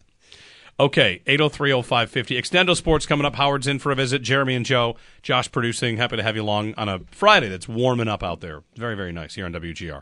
C: Okay, 8030550. Extendo Sports coming up. Howard's in for a visit. Jeremy and Joe, Josh producing. Happy to have you along on a Friday that's warming up out there. Very, very nice here on WGR.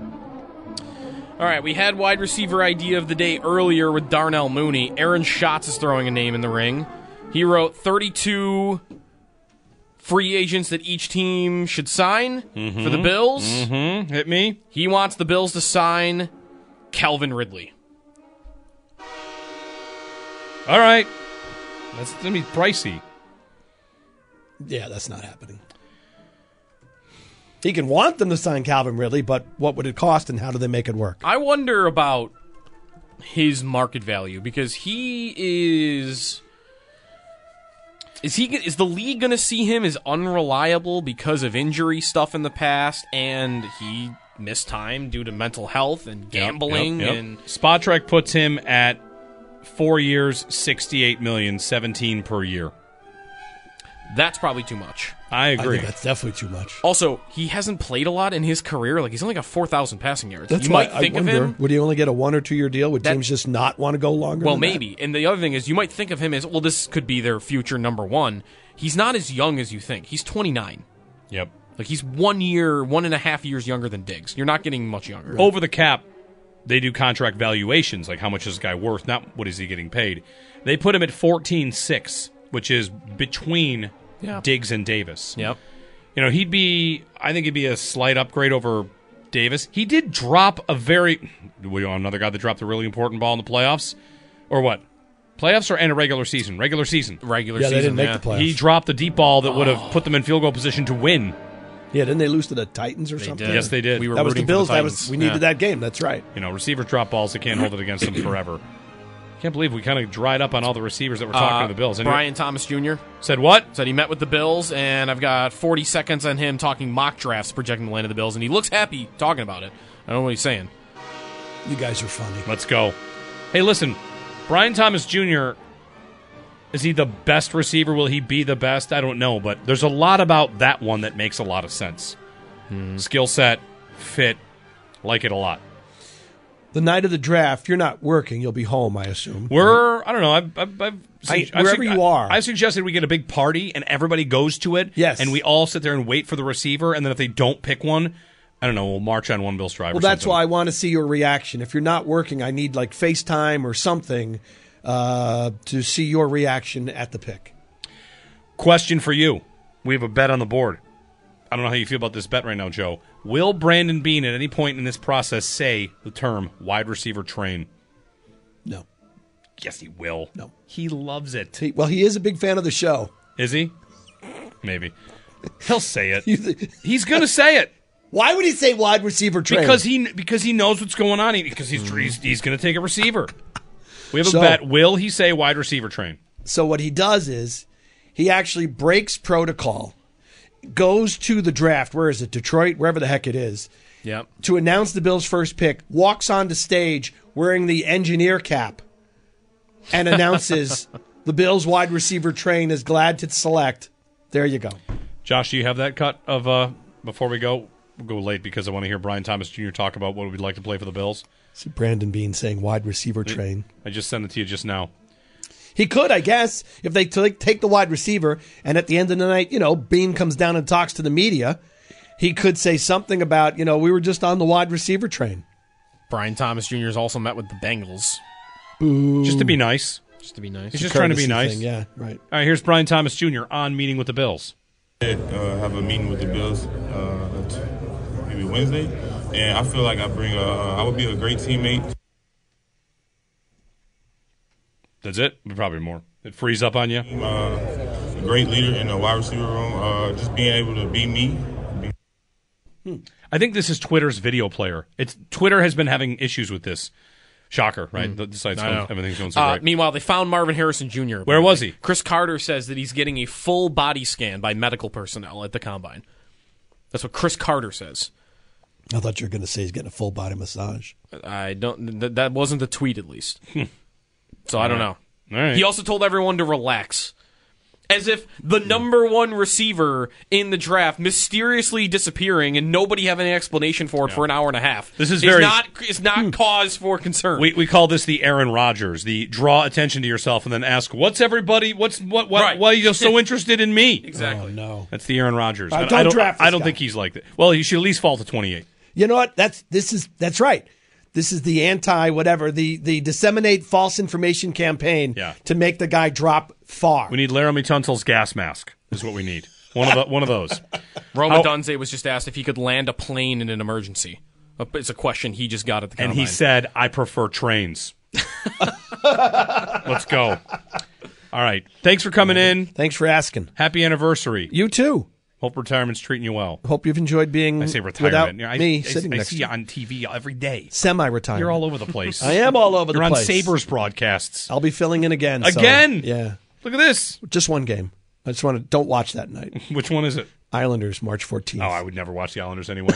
G: All right, we had wide receiver idea of the day earlier with Darnell Mooney. Aaron Schatz is throwing a name in the ring. He wrote 32 free agents that each team should sign for the Bills.
C: Mm-hmm. Hit me.
G: He wants the Bills to sign Calvin Ridley.
C: All right. That's going to be pricey.
F: Yeah, that's not happening. He can want them to sign Calvin Ridley, but what would it cost and how do they make it work?
G: I wonder about his market value because he is is he is the league going to see him as unreliable because of injury stuff in the past and he missed time due to mental health and gambling
C: Yep, yep, yep.
G: and
C: Spot Trek puts him at four years, sixty-eight million, seventeen per year.
G: that's probably too much.
C: I
F: I
C: agree.
F: think that's definitely too much.
G: Also, he hasn't played a lot in his career. Like he's only got four thousand passing yards.
F: That's
G: you
F: why
G: might think
F: I wonder,
G: of him.
F: would he only get a one or two year deal? Would teams just not want to go longer?
G: Well,
F: than that?
G: maybe. And the other thing is, you might think of him as well. This could be their future number one. He's not as young as you think. He's twenty nine.
C: Yep.
G: Like he's one year, one and a half years younger than Diggs. You're not getting much younger.
C: Over the cap, they do contract valuations, like how much is this guy worth, not what is he getting paid. They put him at fourteen six, which is between
G: Yeah.
C: Diggs and Davis.
G: Yep.
C: You know, he'd be I think he'd be a slight upgrade over Davis. He did drop a very we want another guy that dropped a really important ball in the playoffs. Or what? Playoffs or end of regular season? Regular season.
G: Regular
F: Yeah, they season, didn't make yeah. the playoffs.
C: He dropped the deep ball that would have put them in field goal position to win.
F: Yeah, didn't they lose to the Titans or something?
C: did. Yes, they did. We were
F: that was the
C: rooting for the
F: Bills. that was
C: Titans.
F: we needed
C: Yeah.
F: that game. That's right.
C: You know, receiver drop balls that can't hold it against them
G: (clears throat)
C: forever. Can't believe we kind of dried up on all the receivers that were talking
G: Uh,
C: to the Bills. Anyway,
G: Brian Thomas Jr.
C: said what?
G: Said he met with the Bills, and I've got 40 seconds on him talking mock drafts projecting the land of the Bills, and he looks happy talking about it. I don't know what he's saying.
F: You guys are funny.
C: Let's go. Hey, listen, Brian Thomas Jr. Is he the best receiver? Will he be the best? I don't know, but there's a lot about that one that makes a lot of sense.
G: Hmm.
C: Skill set, fit, like it a lot.
F: The night of the draft, you're not working. You'll be home, I assume.
C: We're I don't know. I've, I've, I've,
F: I- wherever you are.
C: I, have suggested we get a big party and everybody goes to it.
F: Yes.
C: and we all sit there and wait for the receiver, and then if they don't pick one, I don't know. We'll march on one Bill's drive.
F: Well,
C: or
F: that's
C: something.
F: why I want to see your reaction. If you're not working, I need like FaceTime or something uh, to see your reaction at the pick.
C: Question for you: We have a bet on the board. I don't know how you feel about this bet right now, Joe. Will Brandon Bean at any point in this process say the term "wide receiver train"?
F: No.
C: Yes, he will. No, he loves it.
F: He- well, he is a big fan of the show.
C: Is he? Maybe. He'll say
F: (laughs)
C: it. He's gonna say it.
F: Why would he say wide receiver train?
C: Because he because he knows what's going on. He, because he's he's, he's going to take a receiver. We have a
F: So-
C: bet. Will he say wide receiver train?
F: So what he does is he actually breaks protocol, goes to the draft. Where is it? Detroit, wherever the heck it is,
G: Yep.
F: to announce the Bills' first pick. Walks onto stage wearing the engineer cap, and announces the Bills' wide receiver train is glad to select. There you go.
C: Josh, do you have that cut of uh before we go? We'll go late because I want to hear Brian Thomas Jr. talk about what we'd like to play for the Bills.
F: See Brandon Bean saying wide receiver train.
C: I just sent it to you just now.
F: He could, I guess, if they t- take the wide receiver and at the end of the night, you know, Bean comes down and talks to the media. He could say something about, you know, we were just on the wide receiver train.
G: Brian Thomas Jr. has also met with the Bengals,
F: Boo.
C: Just to be nice.
G: just to be nice.
C: He's just trying to be
F: courtesy
C: nice.
F: thing, yeah, right.
C: All right, here's Brian Thomas Jr. on meeting with the Bills.
D: did uh, have a meeting with the Bills uh, t- maybe Wednesday, and I feel like I bring a, uh, I would be a great teammate.
C: That's it. Probably more. It frees up on you.
D: Uh, a great leader in the wide receiver room. Uh, just being able to be me. Be-
C: I think this is Twitter's video player. It's Twitter has been having issues with this. Shocker, right? The, the site's
G: Mm. I know.
C: going, everything's going so
G: Uh,
C: great.
G: meanwhile, they found Marvin Harrison Jr.
C: Where was he?
G: Chris Carter says that he's getting a full body scan by medical personnel at the combine. That's what Chris Carter says.
F: I thought you were going to say he's getting a full body massage.
G: I don't. Th- that wasn't the tweet, at least. so I don't know.
C: All right.
G: He also told everyone to relax. As if the
C: Hmm.
G: number one receiver in the draft mysteriously disappearing and nobody having an explanation for it for an hour and a half.
C: This is very- Hmm.
G: not is not cause for concern.
C: We, we call this the Aaron Rodgers, the draw attention to yourself and then ask, "What's everybody? What's what? What?
G: Right.
C: Why are
G: (laughs)
C: you so interested in me?"
G: exactly.
F: Oh, No.
C: That's the Aaron Rodgers.
F: Uh,
C: And
F: don't
C: I don't,
F: draft
C: I,
F: this
C: don't
F: guy.
C: think he's like that. Well, he should at least fall to twenty-eight.
F: You know what? That's this is that's right. This is the anti whatever, the the disseminate false information campaign
C: Yeah.
F: to make the guy drop far.
C: We need Laramie Tunsil's gas mask. Is what we need. One of the, one of those.
G: Roma
C: How-
G: Dunze was just asked if he could land a plane in an emergency. Uh, It's a question he just got at the
C: And
G: combine.
C: he said, "I prefer
F: (laughs)
C: trains." Let's go. All right. Thanks for coming in.
F: Thanks for asking.
C: Happy anniversary.
F: You too.
C: Hope retirement's treating you well.
F: Hope you've enjoyed being
C: I say
F: without
C: retirement. I, I,
F: me sitting
C: I
F: next
C: see
F: to
C: you
F: you.
C: on TV every day.
F: Semi-retired.
C: You're all over the place.
F: I am all over the
C: You're
F: place.
C: on Sabres broadcasts.
F: I'll be filling in again. so-
C: Again?
F: yeah.
C: Look at this.
F: Just one game. I just want to don't watch that night. (laughs)
C: Which one is it?
F: Islanders, March 14th.
C: Oh, I would never watch the Islanders
F: (laughs)
C: anyway.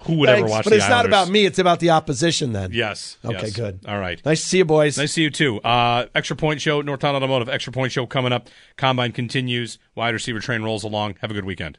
C: Who would ever
F: Thanks,
C: watch
F: But
C: the
F: it's not
C: Islanders?
F: about me. It's about the opposition then.
C: Yes.
F: Okay,
C: yes.
F: good.
C: All right.
F: Nice to see you, boys.
C: Nice to see you too. Uh, extra point show, Northtown Automotive. Extra point show coming up. Combine continues. Wide receiver train rolls along. Have a good weekend.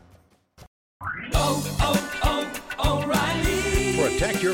O: Protect your